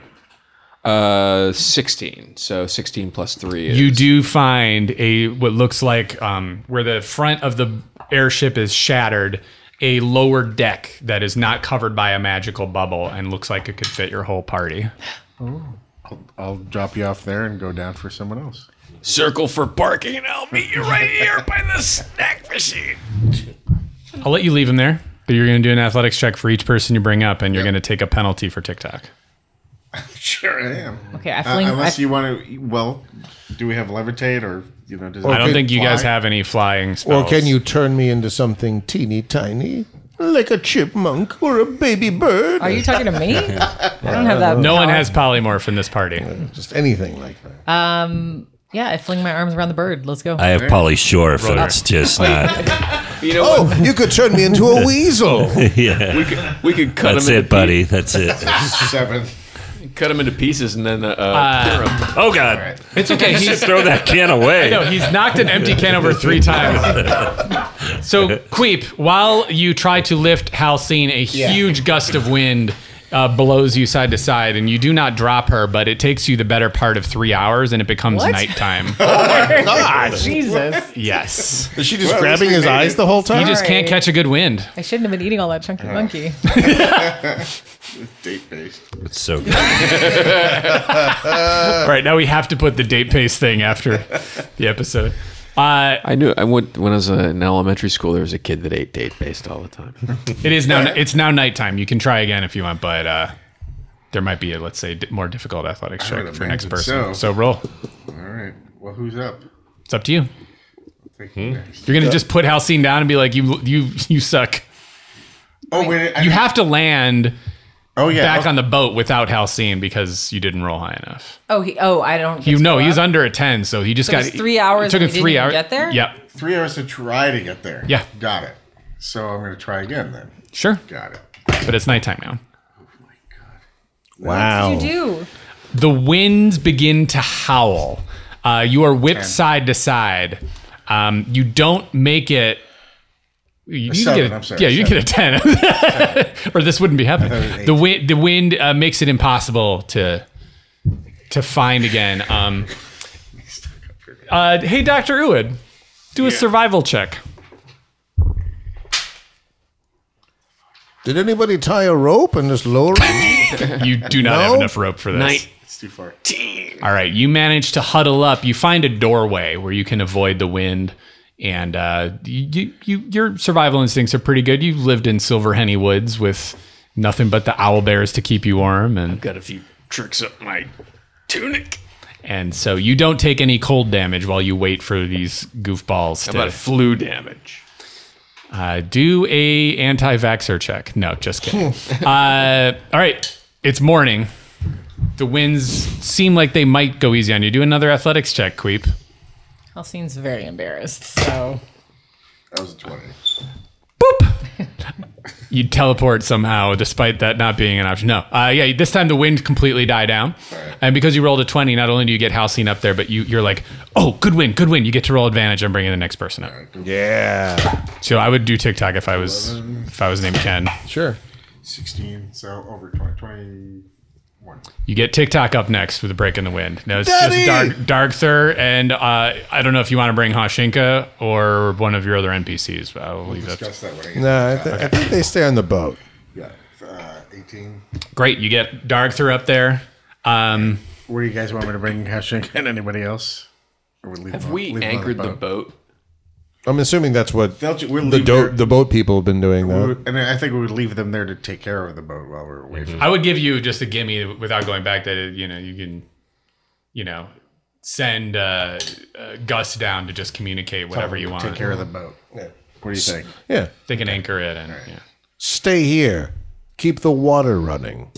uh, 16. So 16 plus 3 is
you do find a what looks like um, where the front of the airship is shattered a lower deck that is not covered by a magical bubble and looks like it could fit your whole party
I'll drop you off there and go down for someone else.
Circle for parking, and I'll meet you right here by the snack machine.
i'll let you leave him there but you're going to do an athletics check for each person you bring up and you're going to take a penalty for tiktok
Sure, I am.
Okay, I
Uh,
fling.
unless
I,
you want to, well, do we have levitate or you know? Does
i don't
Okay,
think you guys
fly?
have any flying
Or
spells
can you turn me into something teeny tiny? Like a chipmunk or a baby bird?
are you talking to me? I don't have that.
no one
power.
has polymorph in this party
Just anything like that.
Yeah, I fling my arms around the bird. Let's go.
I have Polly Shore, so it's just not.
You know what?
Oh, you could turn me into a weasel.
Yeah,
We could, we could cut
that's
him into
it, buddy. That's it.
seven.
pie-
Cut him into pieces and then uh,
Uh,
uh,
Oh God!
It's okay.
You should
He's,
throw that can away.
no, he's knocked an empty can over three times. So, Queep, while you try to lift Halcyon, a huge gust of wind uh, blows you side to side, and you do not drop her, but it takes you the better part of three hours, and it becomes
What?
nighttime.
Jesus.
yes.
Is she just grabbing his eyes the whole time?
You just can't
Sorry.
catch a good wind.
I shouldn't have been eating all that
Uh.
chunky monkey.
Date based.
It's so good.
All right, now we have to put the date paste thing after the episode. Uh,
I knew I went when I was uh, in elementary school. There was a kid that ate date based all the time.
It is now. It's now nighttime. You can try again if you want, but uh, there might be a let's say di- more difficult athletics
I would
check for
imagine
next person.
so.
So. roll.
All right. Well, who's up?
It's up to you.
Thank you next.
You're gonna just put Halcyon down and be like, you you you suck.
Oh wait. I
You
didn't-
have to land
Oh yeah.
back on the boat without Halcyon because you didn't roll high enough.
Oh, he, oh, I don't. get
You
to
know
go
he's
up.
under a ten, so he just
So
got
it's three hours
It took
and we
him
didn't
three
even
hours.
get there?
Yep.
three hours to try to get there.
Yeah.
Got it. So I'm gonna try again then.
Sure.
Got it.
But it's nighttime now.
wow.
You do.
The winds begin to howl. Uh, you are whipped side to side. Um, you don't make it. You you
seven,
get a,
I'm sorry,
yeah, you get a ten, or this wouldn't be
was
happening.
eight.
The wind, the wind uh, makes it impossible to to find again. Um, uh, hey, Doctor Uwid, do a survival check.
Did anybody tie a rope and just lower it?
You do not have
No?
enough rope for this.
It's too far.
All right, you manage to huddle up. You find a doorway where you can avoid the wind, and uh, you, you, your survival instincts are pretty good. You've lived in Silver Henny Woods with nothing but the owl bears to keep you warm, and
Got a few tricks up my tunic.
and so you don't take any cold damage while you wait for these goofballs
How about
to
flu damage?
uh, do a anti-vaxxer check. No, just kidding. uh, all right, it's morning. The winds seem like they might go easy on you. Do another athletics check, Queep.
Halcyon's very embarrassed. So
That was a twenty.
you teleport somehow, despite that not being an option. No, uh, yeah. This time the wind completely died down, and because you rolled a twenty, not only do you get Halcyon up there, but you you're like, oh, good win, good win. You get to roll advantage. I'm bringing the next person up.
yeah.
So I would do TikTok if I was if I was named Ken.
Sure.
Sixteen. So over 20, 21.
You get TikTok up next with a break in the wind. No, it's
Daddy!
just Dark Darkther, and uh, I don't know if you want to bring Hashinka or one of your other NPCs. But I'll leave that.
Discuss that one.
No, I, th- I think they stay on the boat.
Yeah. Uh, Eighteen.
Great, you get Darkther up there. Um,
Where do you guys want me to bring Hashink and anybody else? Or we leave
Have
them-
we
leave them on
anchored the boat?
I'm assuming that's what
They'll ju- we'll
the,
leave
do-
their-
the boat people have been doing,
We
though.
would- And I think we would leave them there to take care of the boat while we're away. From
I would give you just a gimme without going back that it, you know you can, you know, send uh, uh, Gus down to just communicate whatever you want.
Take care of the boat. What do you think?
Yeah.
They can anchor it and yeah.
Stay here. Keep the water running.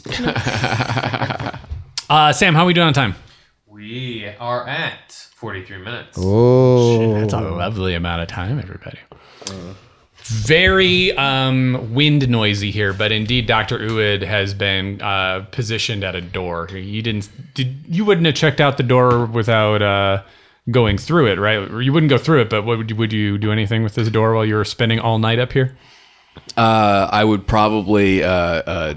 Uh, Sam, how are we doing on time?
We are at 43 minutes.
Oh.
That's a lovely amount of time, everybody. Very um, wind noisy here, but indeed, Doctor Uid has been uh, positioned at a door. You didn't, did you wouldn't have checked out the door without uh, going through it, right? Or You wouldn't go through it, but what would you, would you do anything with this door while you were spending all night up here?
Uh, I would probably uh, uh,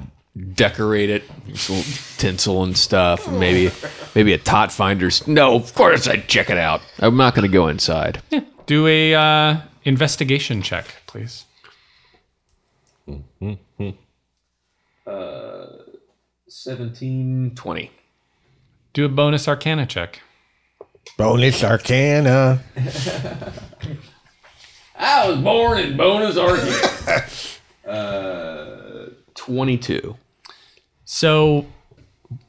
decorate it, with little tinsel and stuff, and maybe maybe a tot finder's. No, of course I'd check it out. I'm not going to go inside.
Do a uh, investigation check, please.
Seventeen
Twenty.
Do a bonus Arcana check.
Bonus arcana.
I was born in Bonus Uh, Arcana. uh, twenty-two.
So,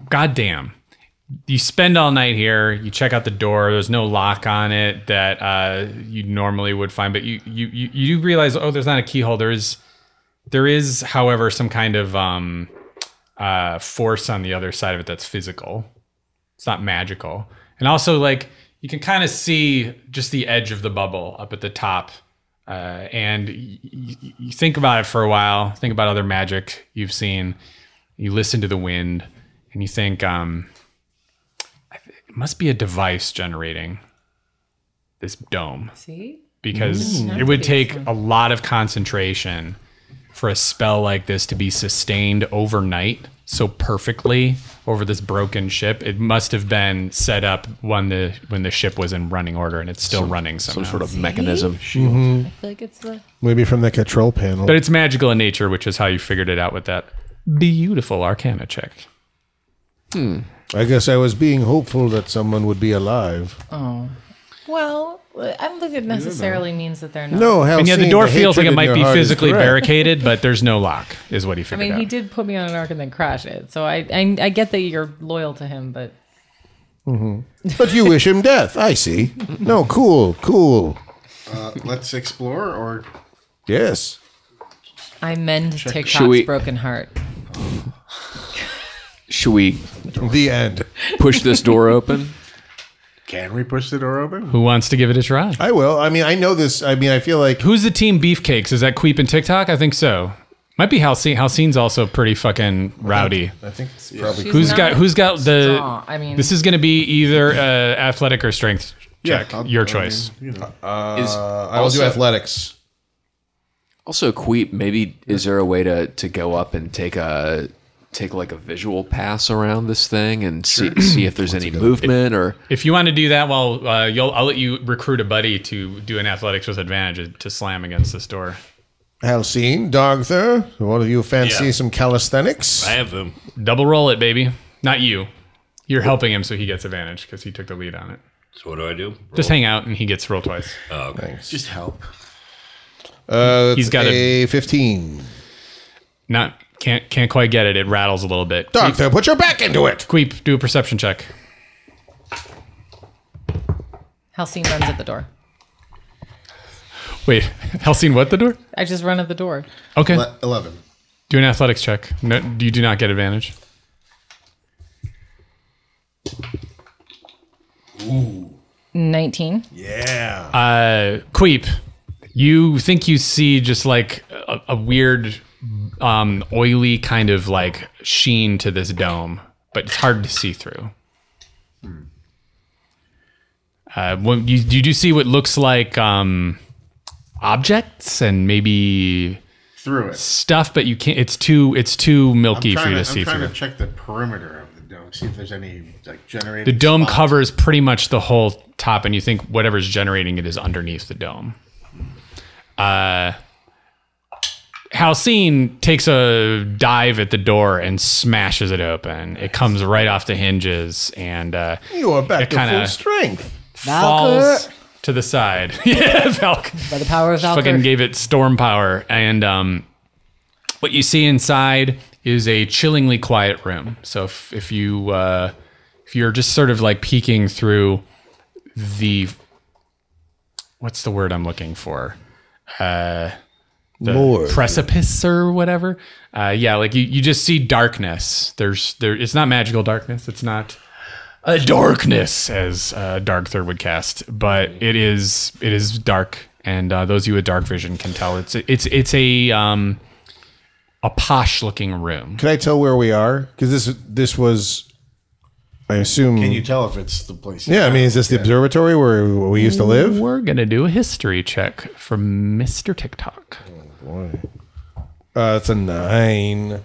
goddamn. You spend all night here. You check out the door. There's no lock on it that uh, you normally would find, but you you you, you do realize oh, there's not a keyhole. There is, there is, however, some kind of um, uh, force on the other side of it that's physical. It's not magical, and also like you can kind of see just the edge of the bubble up at the top. Uh, and y- y- you think about it for a while. Think about other magic you've seen you listen to the wind and you think um, I thi- it must be a device generating this dome
See?
because
Mm.
it would take a lot of concentration for a spell like this to be sustained overnight so perfectly over this broken ship. It must have been set up when the when the ship was in running order and it's still running
Some
somehow.
sort of mechanism.
Mhm.
I feel like it's the
Maybe from the control panel.
But it's magical in nature, which is how you figured it out with that beautiful arcana check.
I guess I was being hopeful that someone would be alive.
oh. Well, I don't think it necessarily means that they're not.
No, hell,
and yeah, the
seeing
door
the
feels like
hatred
it
in
might
your
be
heart is
physically
correct.
barricaded, but there's no lock, is what he
I
figured
mean,
out.
he did put me on an arc and then crash it. So I, I, I get that you're loyal to him, but
But you wish him death. I see. No, cool, cool.
Uh, let's explore, or
Yes.
I mend TikTok's
Should we-
broken heart.
Should we
The end.
push this door open?
can we push the door open?
Who wants to give it a try?
I will. I mean, I know this. I mean, I feel like
Who's the team beefcakes? Is that Queep and TikTok? I think so. Might be Halcyon. Halcyon's also pretty fucking rowdy.
I think it's probably
She's
Who's
not
got who's got the
strong. I mean,
This is going to be either uh, athletic or strength check.
I'll-
Your
I
choice.
mean, you know.
Is
Uh, I will do athletics.
Also, Queep, maybe is there a way to, to go up and take a take like a visual pass around this thing and see see if there's any movement or
If you want to do that, well, uh, you'll I'll let you recruit a buddy to do an athletics with advantage uh, to slam against this door.
Halcyon, Dogther, what do you fancy
Yeah.
some calisthenics?
I have them.
Double roll it, baby. Not you. You're helping him, so he gets advantage because he took the lead on it.
So what do I do?
Just hang out, and he gets roll twice.
Just help.
Uh,
He's got
a, 15.
Not can't can't quite get it. It rattles a little bit.
Doctor, put your back into it.
Queep, do a perception check.
Halcyon runs at the door.
Wait, Halcyon, what the door?
I just run at the door.
Okay,
Le- Uh, Eleven.
do an athletics check. No, you do not get advantage.
Nineteen.
uh, Queep, you think you see just like a, a weird, um, oily kind of like sheen to this dome, but it's hard to see through. Uh, when you, you do see what looks like um, objects and maybe
Through it.
stuff, but you can't. It's too it's too milky for you to
to,
see
I'm trying
through.
to check the perimeter of the dome, see if there's any like generated.
the dome
spots.
covers pretty much the whole top, and you think whatever's generating it is underneath the dome. Uh, Halcyon takes a dive at the door and smashes it open. It comes right off the hinges and uh,
You are back
It
to
kinda-
full strength.
falls to the side. yeah, Valk
By the power of Valkyr.
fucking gave it storm power. And um, what you see inside is a chillingly quiet room. So if, if you uh, if you're just sort of like peeking through the what's the word I'm looking for?
More.
precipice or whatever. Uh, yeah, like you, you just see darkness. There's there. It's not magical darkness. It's not a darkness as uh, Dark Third would cast, but it is it is dark, and uh, those of you with dark vision can tell it's it's it's a um a posh looking room.
Can I tell where we are? Because this this was, I assume.
Can you tell if it's the place?
yeah, I mean, is this the observatory where we used to
Mm.
live?
We're gonna do a history check from Mister TikTok.
Uh, it's a nine.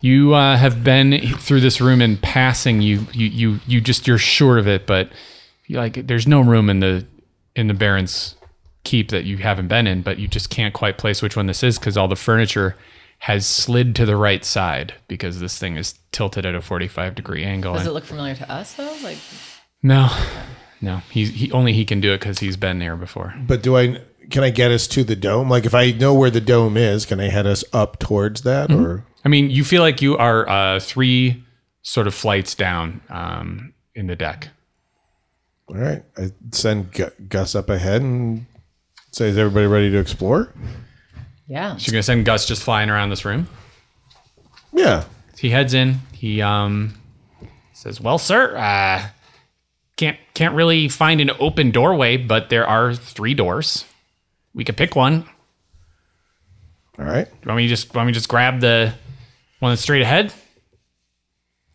You uh, have been through this room in passing. You, you, you, you just you're sure of it, but you, like there's no room in the in the Baron's keep that you haven't been in, but you just can't quite place which one this is because all the furniture has slid to the right side because this thing is tilted at a 45 degree angle.
Does
And-
it look familiar to us though? Like
no, no, he's he only he can do it because he's been there before.
But do I? Can I get us to the dome? Like, if I know where the dome is, can I head us up towards that?
Mm-hmm.
Or
I mean, you feel like you are uh, three sort of flights down um, in the deck.
all right, I send Gu- Gus up ahead and say, "Is everybody ready to explore?"
yeah.
So you're gonna send Gus just flying around this room.
Yeah.
he heads in. He um says, "Well, sir, uh, can't can't really find an open doorway, but there are three doors. We could pick one.
All right.
Want me to just want me to just grab the one that's straight ahead?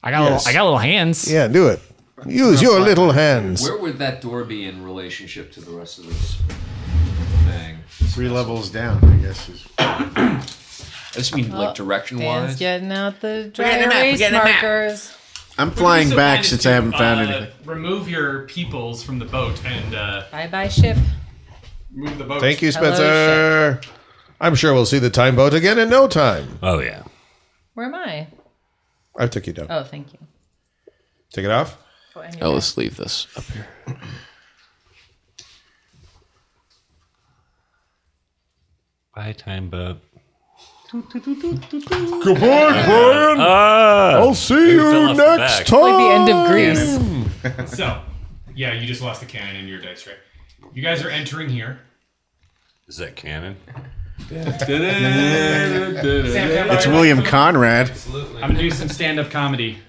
I got
Yes.
little, I got little hands.
Yeah, do it. Use your little hands.
Where would that door be in relationship to the rest of this?
Three levels down, I guess. Is...
I just mean like direction
Dan's getting out the
got
dry
the map, we
erase
got the map.
markers.
I'm flying back since I haven't found anything.
uh, Remove your peoples from the boat and uh,
Bye bye ship.
move the boat.
Thank you,
Hello,
Spencer. I'm sure we'll see the time boat again in no time.
Oh yeah.
Where am I?
I took you down.
Oh, thank you.
Take it off.
Oh, and you're
Oh,
back.
let's leave this up here.
Bye, time bub.
Goodbye,
Um,
Brian.
Ah!
oh.
I'll see you next time.
Like the end of Greece.
so, yeah, you just lost the cannon in your dice right? You guys are entering here.
Is that canon?
It's William Conrad.
I'm gonna do some stand-up comedy.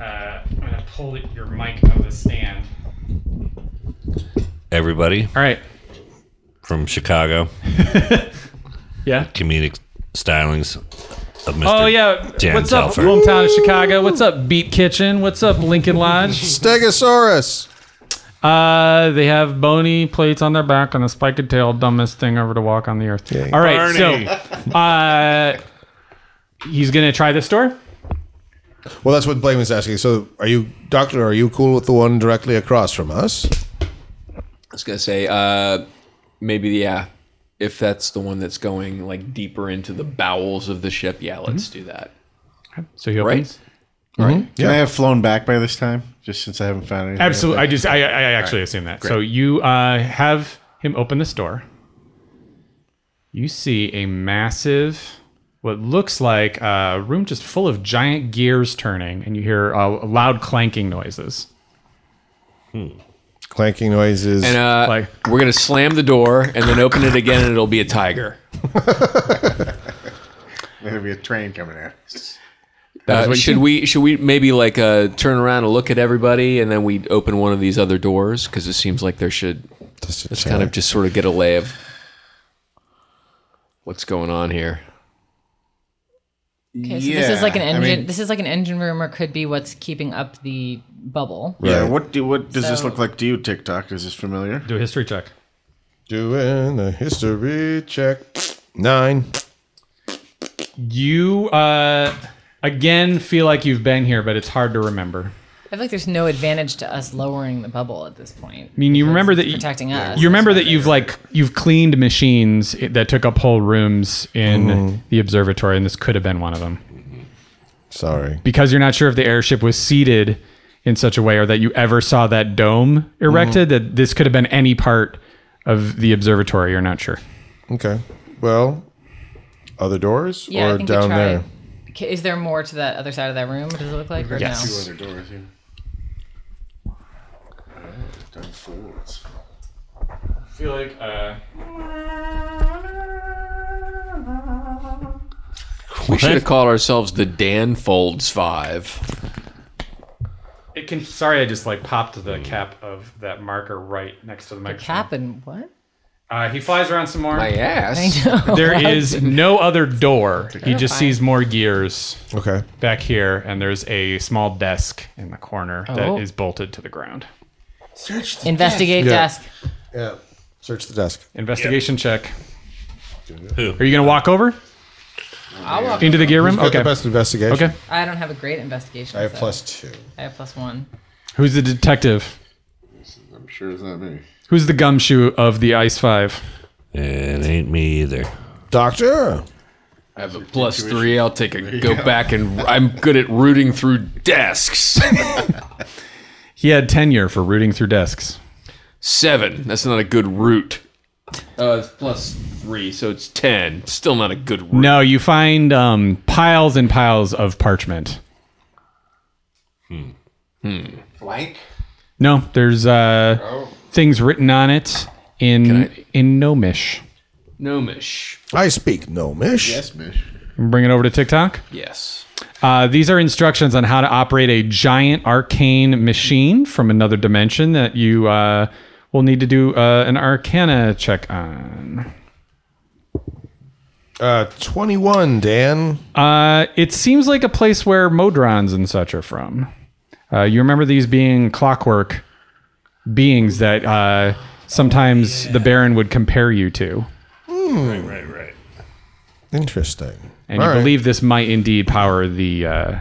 Uh, I'm gonna pull it- your mic out of the stand.
Everybody
All right.
from Chicago,
Yeah.
comedic stylings of Mr.
Oh yeah.
Dan
What's up,
Telfer.
hometown of Chicago? What's up, Beat Kitchen? What's up, Lincoln Lodge?
Stegosaurus.
Uh, they have bony plates on their back and a spiked tail. Dumbest thing ever to walk on the earth. All right.
Barney.
So, uh, he's gonna try this door.
Well, that's what Blame is asking. So, are you, Doctor, are you cool with the one directly across from us?
I was gonna say, uh, maybe yeah, if that's the one that's going like deeper into the bowels of the ship, yeah, let's do that.
So he
Right?
opens.
Can I have flown back by this time? Just since I haven't found anything.
Absolutely. I just I I, I actually assume that. So you uh, have him open this door. You see a massive, what looks like a room just full of giant gears turning, and you hear uh, loud clanking noises.
Clanking noises.
And uh,
Like-
we're gonna slam the door and then open it again, and it'll be a tiger.
There'll be a train coming at us.
Uh, should we should we maybe like uh, turn around and look at everybody, and then we open one of these other doors because it seems like there should
Just a
let's kind of just sort of get a lay of what's going on here.
Okay, so this is like an
Yeah, I
engine.
mean-
this is like an engine room, or could be what's keeping up the bubble.
Yeah. What do what does this
So-
look like to you, TikTok? Is this familiar?
Do a history check.
doing a history check. Nine.
You uh, again feel like you've been here, but it's hard to remember.
I feel like there's no advantage to us lowering the bubble at this point.
I mean, you remember that
protecting
you,
us.
You remember that you've like you've cleaned machines that took up whole rooms in the observatory, and this could have been one of them.
Sorry.
because you're not sure if the airship was seated in such a way or that you ever saw that dome erected
Mm-hmm.
that this could have been any part of the observatory you're not sure
Okay. Well, other doors
Yeah,
or
I think
down
we try.
there?
Okay, Is there more to that other side of that room? What does it look like? Or
Two
yes.
other doors. Yeah. Oh, done forwards.
i feel like uh
We should have called ourselves the Dan Folds Five.
it can sorry i just like popped
Mm.
the cap of that marker right next to the
No.
microphone
Cap Oh, and what?
uh, he flies around some more
My
I
ass.
know.
there is no other door he just
Terrifying.
sees more gears
Okay.
back here and there's a small desk in the corner
Oh.
that is bolted to the ground
Investigate
Yeah.
desk.
Yeah. Search the desk.
investigation check
Who?
are you gonna walk over
I'll walk.
into the gear room
Who's got
okay
the best investigation?
okay
I don't have a great investigation.
I have
so
plus two.
I have plus one.
Who's the detective?
I'm sure it's not me.
Who's the gumshoe of the Ice Five?
It ain't me either.
Doctor.
I have a plus three. I'll take a go back and I'm good at rooting through desks.
He had tenure for rooting through desks.
Seven. That's not a good root. Uh, it's plus three, so it's ten. Still not a good root.
No, you find um, piles and piles of parchment.
Blank.
No, there's uh,
Oh.
things written on it in
I-
in Gnomish.
Gnomish.
I speak gnomish.
Yes, Mish.
Bring it over to TikTok.
Yes.
Uh, these are instructions on how to operate a giant arcane machine from another dimension that you uh, will need to do uh, an Arcana check on.
Uh, 21, Dan.
Uh, it seems like a place where Modrons and such are from. Uh, you remember these being clockwork beings that uh, sometimes the Baron would compare you to.
Hmm.
Right, right.
Interesting.
and
All
you
right.
believe this might indeed power the uh,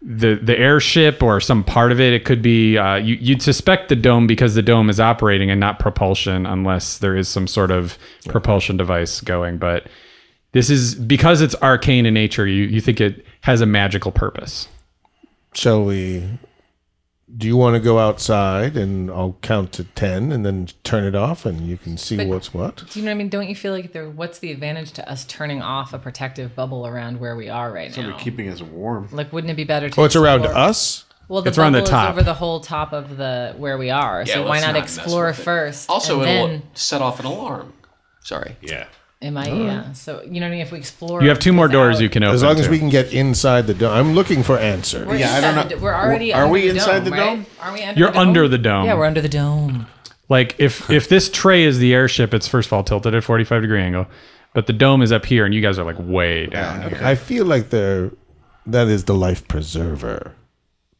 the the airship or some part of it. It could be uh, you, you'd suspect the dome because the dome is operating and not propulsion, unless there is some sort of propulsion device going. But this is because it's arcane in nature. You you think it has a magical purpose.
Shall we? Do you want to go outside and I'll count to 10 and then turn it off and you can see
But-
what's what?
Do you know what I mean? Don't you feel like there? What's the advantage to us turning off a protective bubble around where we are right
So
now?
they're keeping us warm.
like, wouldn't it be better to?
Oh, it's around
explore-
us?
Well, the
It's around the
bubble
top.
is over the whole top of the where we are.
Yeah,
so why
let's
not,
not mess
explore
with it.
first?
Also,
and
it'll
then
set off an alarm. Sorry.
Yeah.
am I? Yeah. So you know what I mean? If we explore,
You have two more doors you can open.
As long as
to.
we can get inside the dome. I'm looking for answers.
We're inside the do- we're already.
Are
under
we
the
inside
dome,
the
right?
dome?
Are we under?
You're
the dome?
under the dome.
Yeah, we're under the dome.
Like if if this tray is the airship, it's first of all tilted at 45 degree angle, but the dome is up here, and you guys are like way down. here.
I feel like they're, that is the life preserver.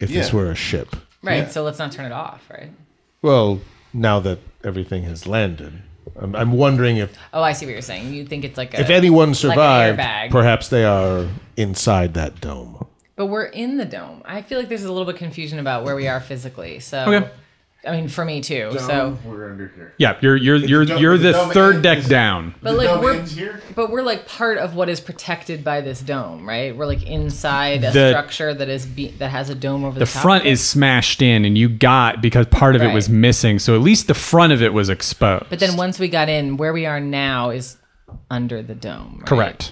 If this
Yeah.
were a ship.
Right. So let's not turn it off. Right.
Well, now that everything has landed, I'm, I'm wondering if
Oh, I see what you're saying. You think it's like a,
if
like
anyone
an
survived,
airbag.
perhaps they are inside that dome.
But we're in the dome. I feel like there's a little bit of confusion about where we are physically. So,
Okay.
I mean, for me too.
Dome,
so,
we're under here.
Yeah, you're you're you're
dome-
you're
the
the,
dome
third
ends-
deck down.
but
The
like
dome
we're
ends here?
but we're like part of what is protected by this dome, right? We're like inside a
The-
structure that is be, that has a dome over the,
The
top
front
of it.
is smashed in, and you got because part of it was
Right.
missing. So at least the front of it was exposed.
But then once we got in, where we are now is under the dome, right?
Correct.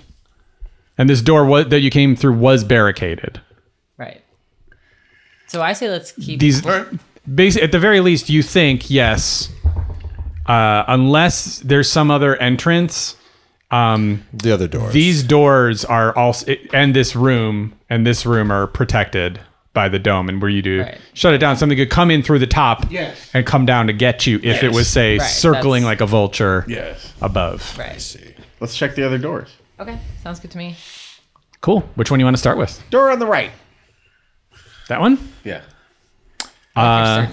And this door wa- that you came through was barricaded.
Right. So I say let's keep
These, basi- at the very least, you think yes, uh, unless there's some other entrance. Um,
the other doors.
These doors are also, and this room and this room are protected by the dome. And where you do shut it down, something could come in through the top
Yes.
and come down to get you if it
Yes.
was, say,
Right,
circling
that's-
like a vulture above.
Right.
Let's check the other doors.
Okay, sounds good to me.
Cool. Which one do you want to start with?
Door on the right.
That one?
Yeah.
Uh,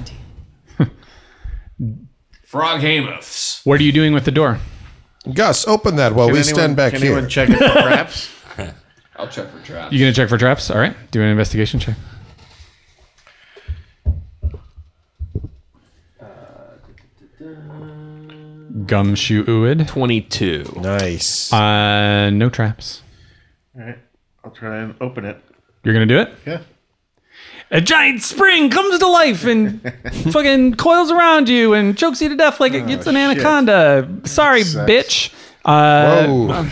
Frog Hamoths.
what are you doing with the door?
Gus, open that while
Can
we
anyone-
stand back
can
here.
anyone check it for traps? I'll check for traps.
You gonna check for traps? All right. Do an investigation check. Gumshoe Uid.
22.
Nice.
Uh, no traps.
All right. I'll try and open it.
You're gonna do it?
Yeah.
A giant spring comes to life and fucking coils around you and chokes you to death
Oh,
like it gets an anaconda. Sorry, bitch. Uh,
Oh.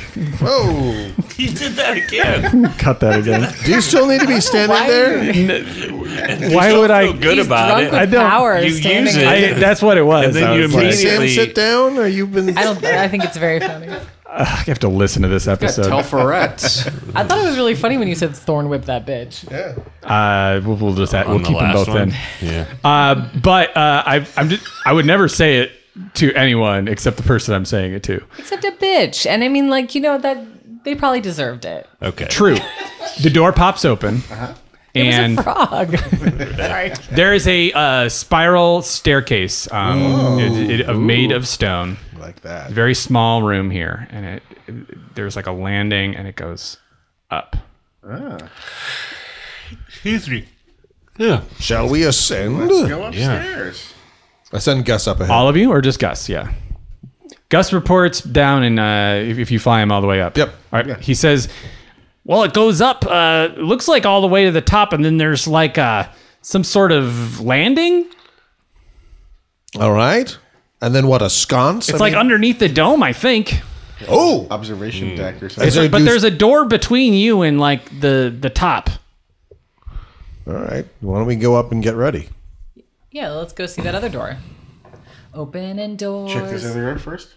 Whoa.
You did that again.
Cut that again.
Oh. Do you still need to be standing there?
Why would I?
feel good He's about drunk it. with
I don't.
power
You
standing
use it.
up.
I, that's what it was.
And then
I
you
was like,
Did Sam
Immediately-
sit down, or you've been?
I don't. I think it's very funny.
I have to listen to this episode.
Telferettes.
I thought it was really funny when you said "thorn whip that bitch."
Yeah.
Uh, we'll, we'll just add, we'll
the
keep them
last
both
one?
in.
Yeah.
Uh, but uh, I, I'm just, I would never say it to anyone except the person I'm saying it to.
Except a bitch, and I mean, like you know that they probably deserved it.
Okay.
True. The door pops open,
Uh-huh.
and
it was a frog. Sorry.
there is a uh, spiral staircase
Oh.
um, it, it, of, made of stone.
like that.
Very small room here, and it, it- there's like a landing, and it goes up.
Excuse me. Yeah.
Shall we ascend?
Go upstairs.
I send Gus up ahead.
All of you, or just Gus? Yeah. Gus reports down, and uh, if, if you fly him all the way up.
Yep.
All right. He says, "Well, it goes up. Uh, it looks like all the way to the top, and then there's like uh, some sort of landing.
All right. And then what? A sconce?
It's like underneath the dome, I think.
oh,
Observation deck or
Is
something.
there-
But
do-
there's a door between you and like the the top.
all right. Why don't we go up and get ready?
Yeah, let's go see that other door. Open and doors.
Check this other door first.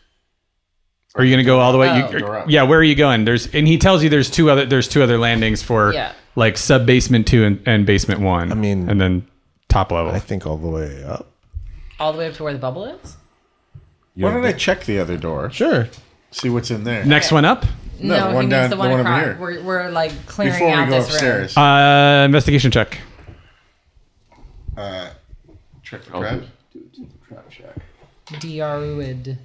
Are you gonna go all the way?
Oh.
you,
Door up.
yeah. Where are you going? There's and he tells you there's two other there's two other landings for
Yeah.
like sub basement two and, and basement one. I
mean-
and then top level.
I think all the way up.
All the way up to where the bubble is.
Why don't I check the other door?
Sure.
See what's in there.
Next one up.
No, the
No,
one
he
down-
means the
the
one,
one over
across.
here.
We're, we're like clearing
Before we
out
go
this
upstairs.
room.
Uh, investigation check.
Uh, check for traps.
Druid.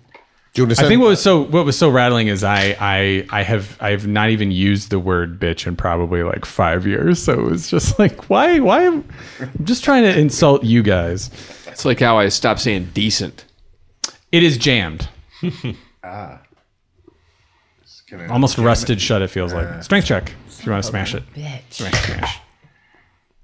Do you
I think what was so what was so rattling is I I I have I've not even used the word bitch in probably like five years, so it was just like why why am, I'm just trying to insult you guys.
It's like how I stopped saying decent.
It is jammed,
Ah. It's gonna-
almost
damn it.
rusted shut. It feels
Uh,
like strength check if you want to smash it.
Bitch.
Smash, smash.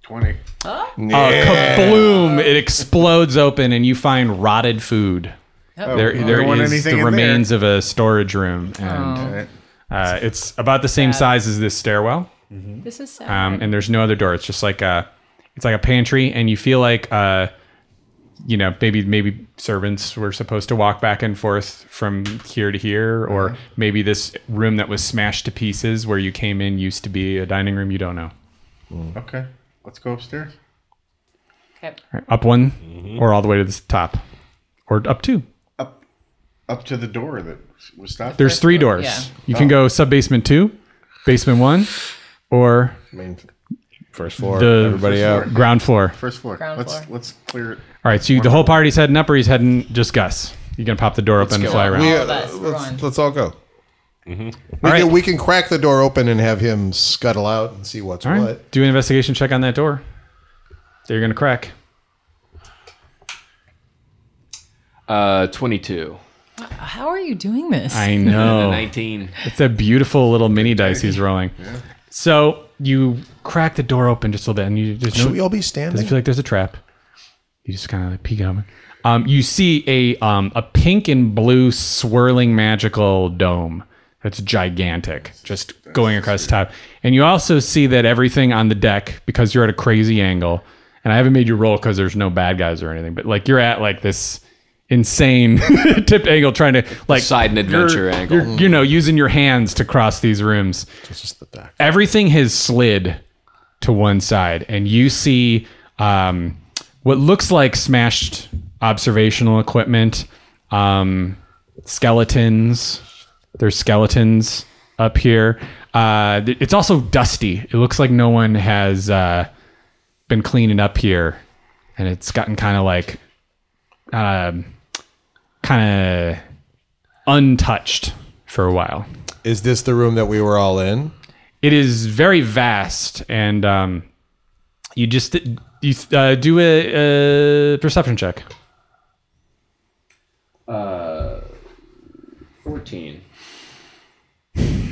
Twenty.
Uh, kabloom! It explodes open, and you find rotted food.
Oh,
there,
I
there
don't want
is
anything in
the
there.
remains of a storage room,
Oh.
Oh.
and uh, it's about the same size as this stairwell.
This is sad.
Um, and there's no other door. It's just like a, it's like a pantry, and you feel like, uh, you know, maybe maybe servants were supposed to walk back and forth from here to here, or
Uh-huh.
maybe this room that was smashed to pieces where you came in used to be a dining room. You don't know.
Okay, let's go upstairs.
Right, up one,
Mm-hmm.
or all the way to the top, or up two.
Up to the door that was stopped.
There's three doors. You can
Oh.
go sub basement two, basement one, or
Main first floor.
The-
everybody
First
out.
floor. ground floor.
First floor.
Ground
let's
floor.
let's clear it.
All right, so you, the whole party's heading up, or he's heading just Gus. You gonna pop the door open and fly around?
We,
All of
uh,
us, we're going.
let's, let's all go. We,
Mm-hmm. All right.
can, we can crack the door open and have him scuttle out and see what's
All right,
what.
do an investigation check on that door. That you're gonna crack.
Uh, 22.
How are you doing this?
I know.
19.
It's a beautiful little mini dice he's rolling. So you crack the door open just a little bit, and you just
Should we all be standing?
Doesn't feel like there's a trap. You just kind of like peek out. Um, you see a um, a pink and blue swirling magical dome that's gigantic, just going across the top. And you also see that everything on the deck, because you're at a crazy angle, and I haven't made you roll because there's no bad guys or anything, but like you're at like this insane tipped angle trying to like
Side and
you're-
adventure angle.
you're, you know, using your hands to cross these rooms. Everything has slid to one side, and you see um, what looks like smashed observational equipment, um, skeletons. There's skeletons up here. Uh, th- it's also dusty. It looks like no one has uh, been cleaning up here, and it's gotten kind of like um, kind of untouched for a while.
Is this the room that we were all in?
It is very vast, and um, you just you uh, do a, a perception check.
Uh, 14.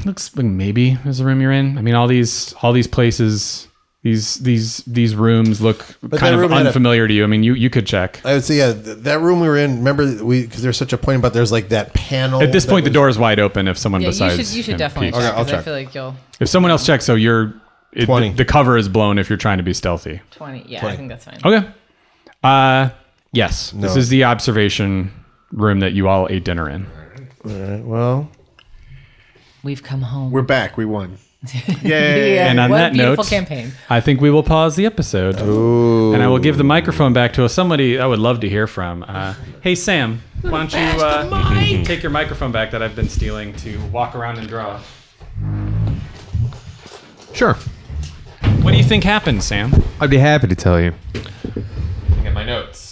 Looks like maybe is the room you're in. I mean, all these all these places, these these these rooms look
that
kind of
room had a-
unfamiliar to you. I mean, you you could check.
I would say yeah. th- that room we were in. Remember, we because there's such a point about there's like that panel.
At this
Oh, that
point, the
was-
door is wide open. If someone
yeah, you
besides
should you should
him
definitely
peeks.
check
Okay, I'll
'cause I
check.
feel like you'll
If someone else checks, so you're it,
20.
The, the cover is blown if you're trying to be stealthy.
twenty. Yeah, I think that's fine.
Okay. Uh, yes, this
No.
is the observation room that you all ate dinner in.
Alright, well,
We've come home.
We're back. We won. Yay!
Yeah,
And on
what a
that
beautiful
note,
campaign.
I think we will pause the episode. And I will give the microphone back to somebody I would love to hear from. Uh, hey, Sam, why don't you uh, take your microphone back that I've been stealing to walk around and draw?
Sure.
What do you think happened, Sam?
I'd be happy to tell you.
Get my notes.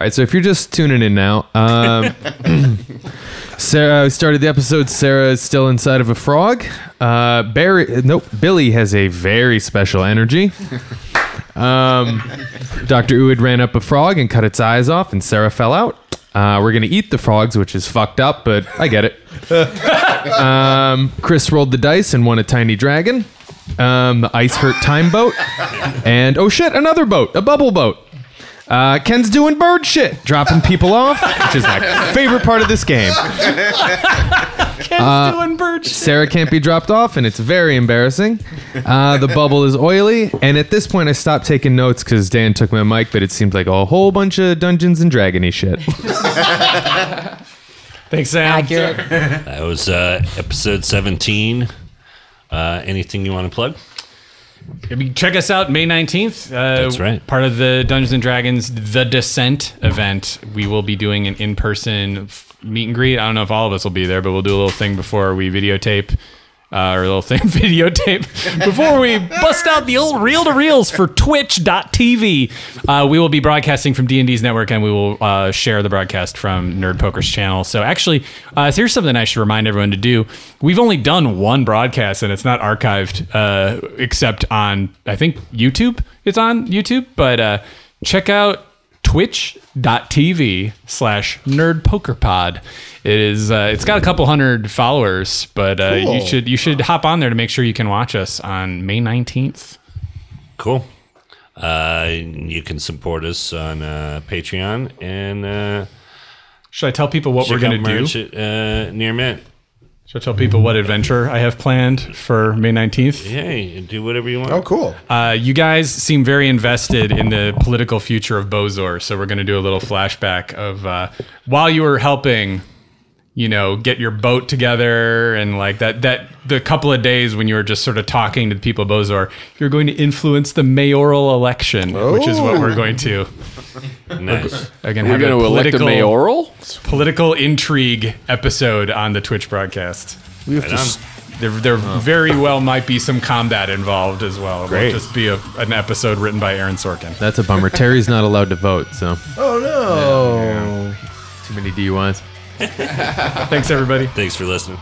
All right, so if you're just tuning in now, um, Sarah we started the episode. Sarah is still inside of a frog. Uh, Barry, nope, Billy has a very special energy. Um, Dr. Uid ran up a frog and cut its eyes off, and Sarah fell out. Uh, we're gonna eat the frogs, which is fucked up, but I get it. um, Chris rolled the dice and won a tiny dragon. Um, the ice hurt time boat, and oh shit, another boat, a bubble boat. Uh, Ken's doing bird shit, dropping people off, which is my favorite part of this game. Uh, Sarah can't be dropped off, and it's very embarrassing. Uh, the bubble is oily, and at this point, I stopped taking notes because Dan took my mic, but it seemed like a whole bunch of Dungeons and Dragony shit.
Thanks, Sam.
Accurate.
That was uh, episode 17. Uh, anything you want to plug?
I mean, check us out May 19th. Uh, That's right. Part of the Dungeons and Dragons The Descent event. We will be doing an in person meet and greet. I don't know if all of us will be there, but we'll do a little thing before we videotape. Uh, or a little thing videotape before we bust out the old reel to reels for twitch.tv uh, we will be broadcasting from d&d's network and we will uh, share the broadcast from nerd poker's channel so actually uh, here's something i should remind everyone to do we've only done one broadcast and it's not archived uh, except on i think youtube it's on youtube but uh, check out twitch.tv slash nerdpokerpod it is uh, it's got a couple hundred followers but uh, you
Cool.
should you should hop on there to make sure you can watch us on may 19th
cool Uh, you can support us on uh, Patreon and uh,
should I tell people what we're gonna do?
Uh, near mint.
should i tell people what adventure i have planned for may 19th
Yeah, do whatever you want.
Oh, cool.
Uh, you guys seem very invested in the political future of Bozor, so we're going to do a little flashback of uh, while you were helping, you know, get your boat together and like that that the couple of days when you were just sort of talking to the people of Bozor, you're going to influence the mayoral election, which is what
Oh.
we're going to.
Nice.
Again,
We're
have
gonna
a
elect a
political-
mayoral?
political intrigue episode on the Twitch broadcast.
We have
to s-
there, there very well might be some combat involved as well. It
Great.
won't just be a, an episode written by Aaron Sorkin.
That's a bummer. Terry's not allowed to vote, so.
Oh no.
Too many DUIs.
Thanks, everybody.
Thanks for listening.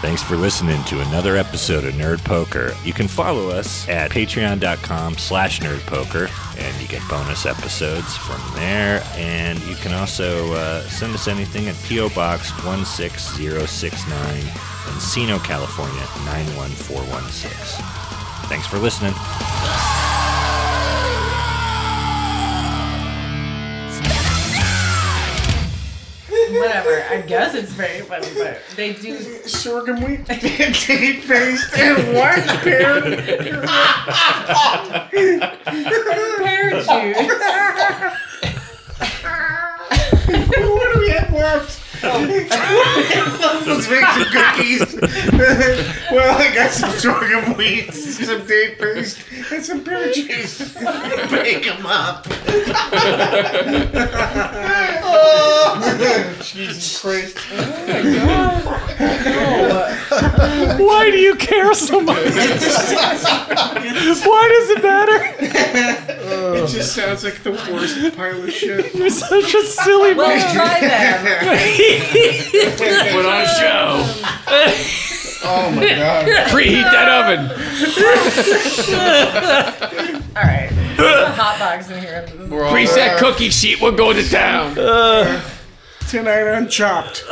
Thanks for listening to another episode of Nerd Poker. You can follow us at patreon.com slash nerdpoker, and you get bonus episodes from there. And you can also uh, send us anything at P.O. Box 16069, Encino, California 91416. Thanks for listening.
Whatever. I guess it's very funny, but they do.
Sorghum wheat, pancake paste, and white pear. what do we have left? Let's make some cookies. well, I got some sorghum wheat, some date paste, and some pear juice. Bake them up. oh, Jesus Christ.
Why do you care so much? Why does it matter?
It just sounds like the worst pile of shit.
You're such a silly
Well,
man.
try
them.
Put on a show.
Oh my god.
Preheat
that oven.
All right. There's a hot box in here.
Preset cookie sheet. We're going to town.
Tonight on Chopped.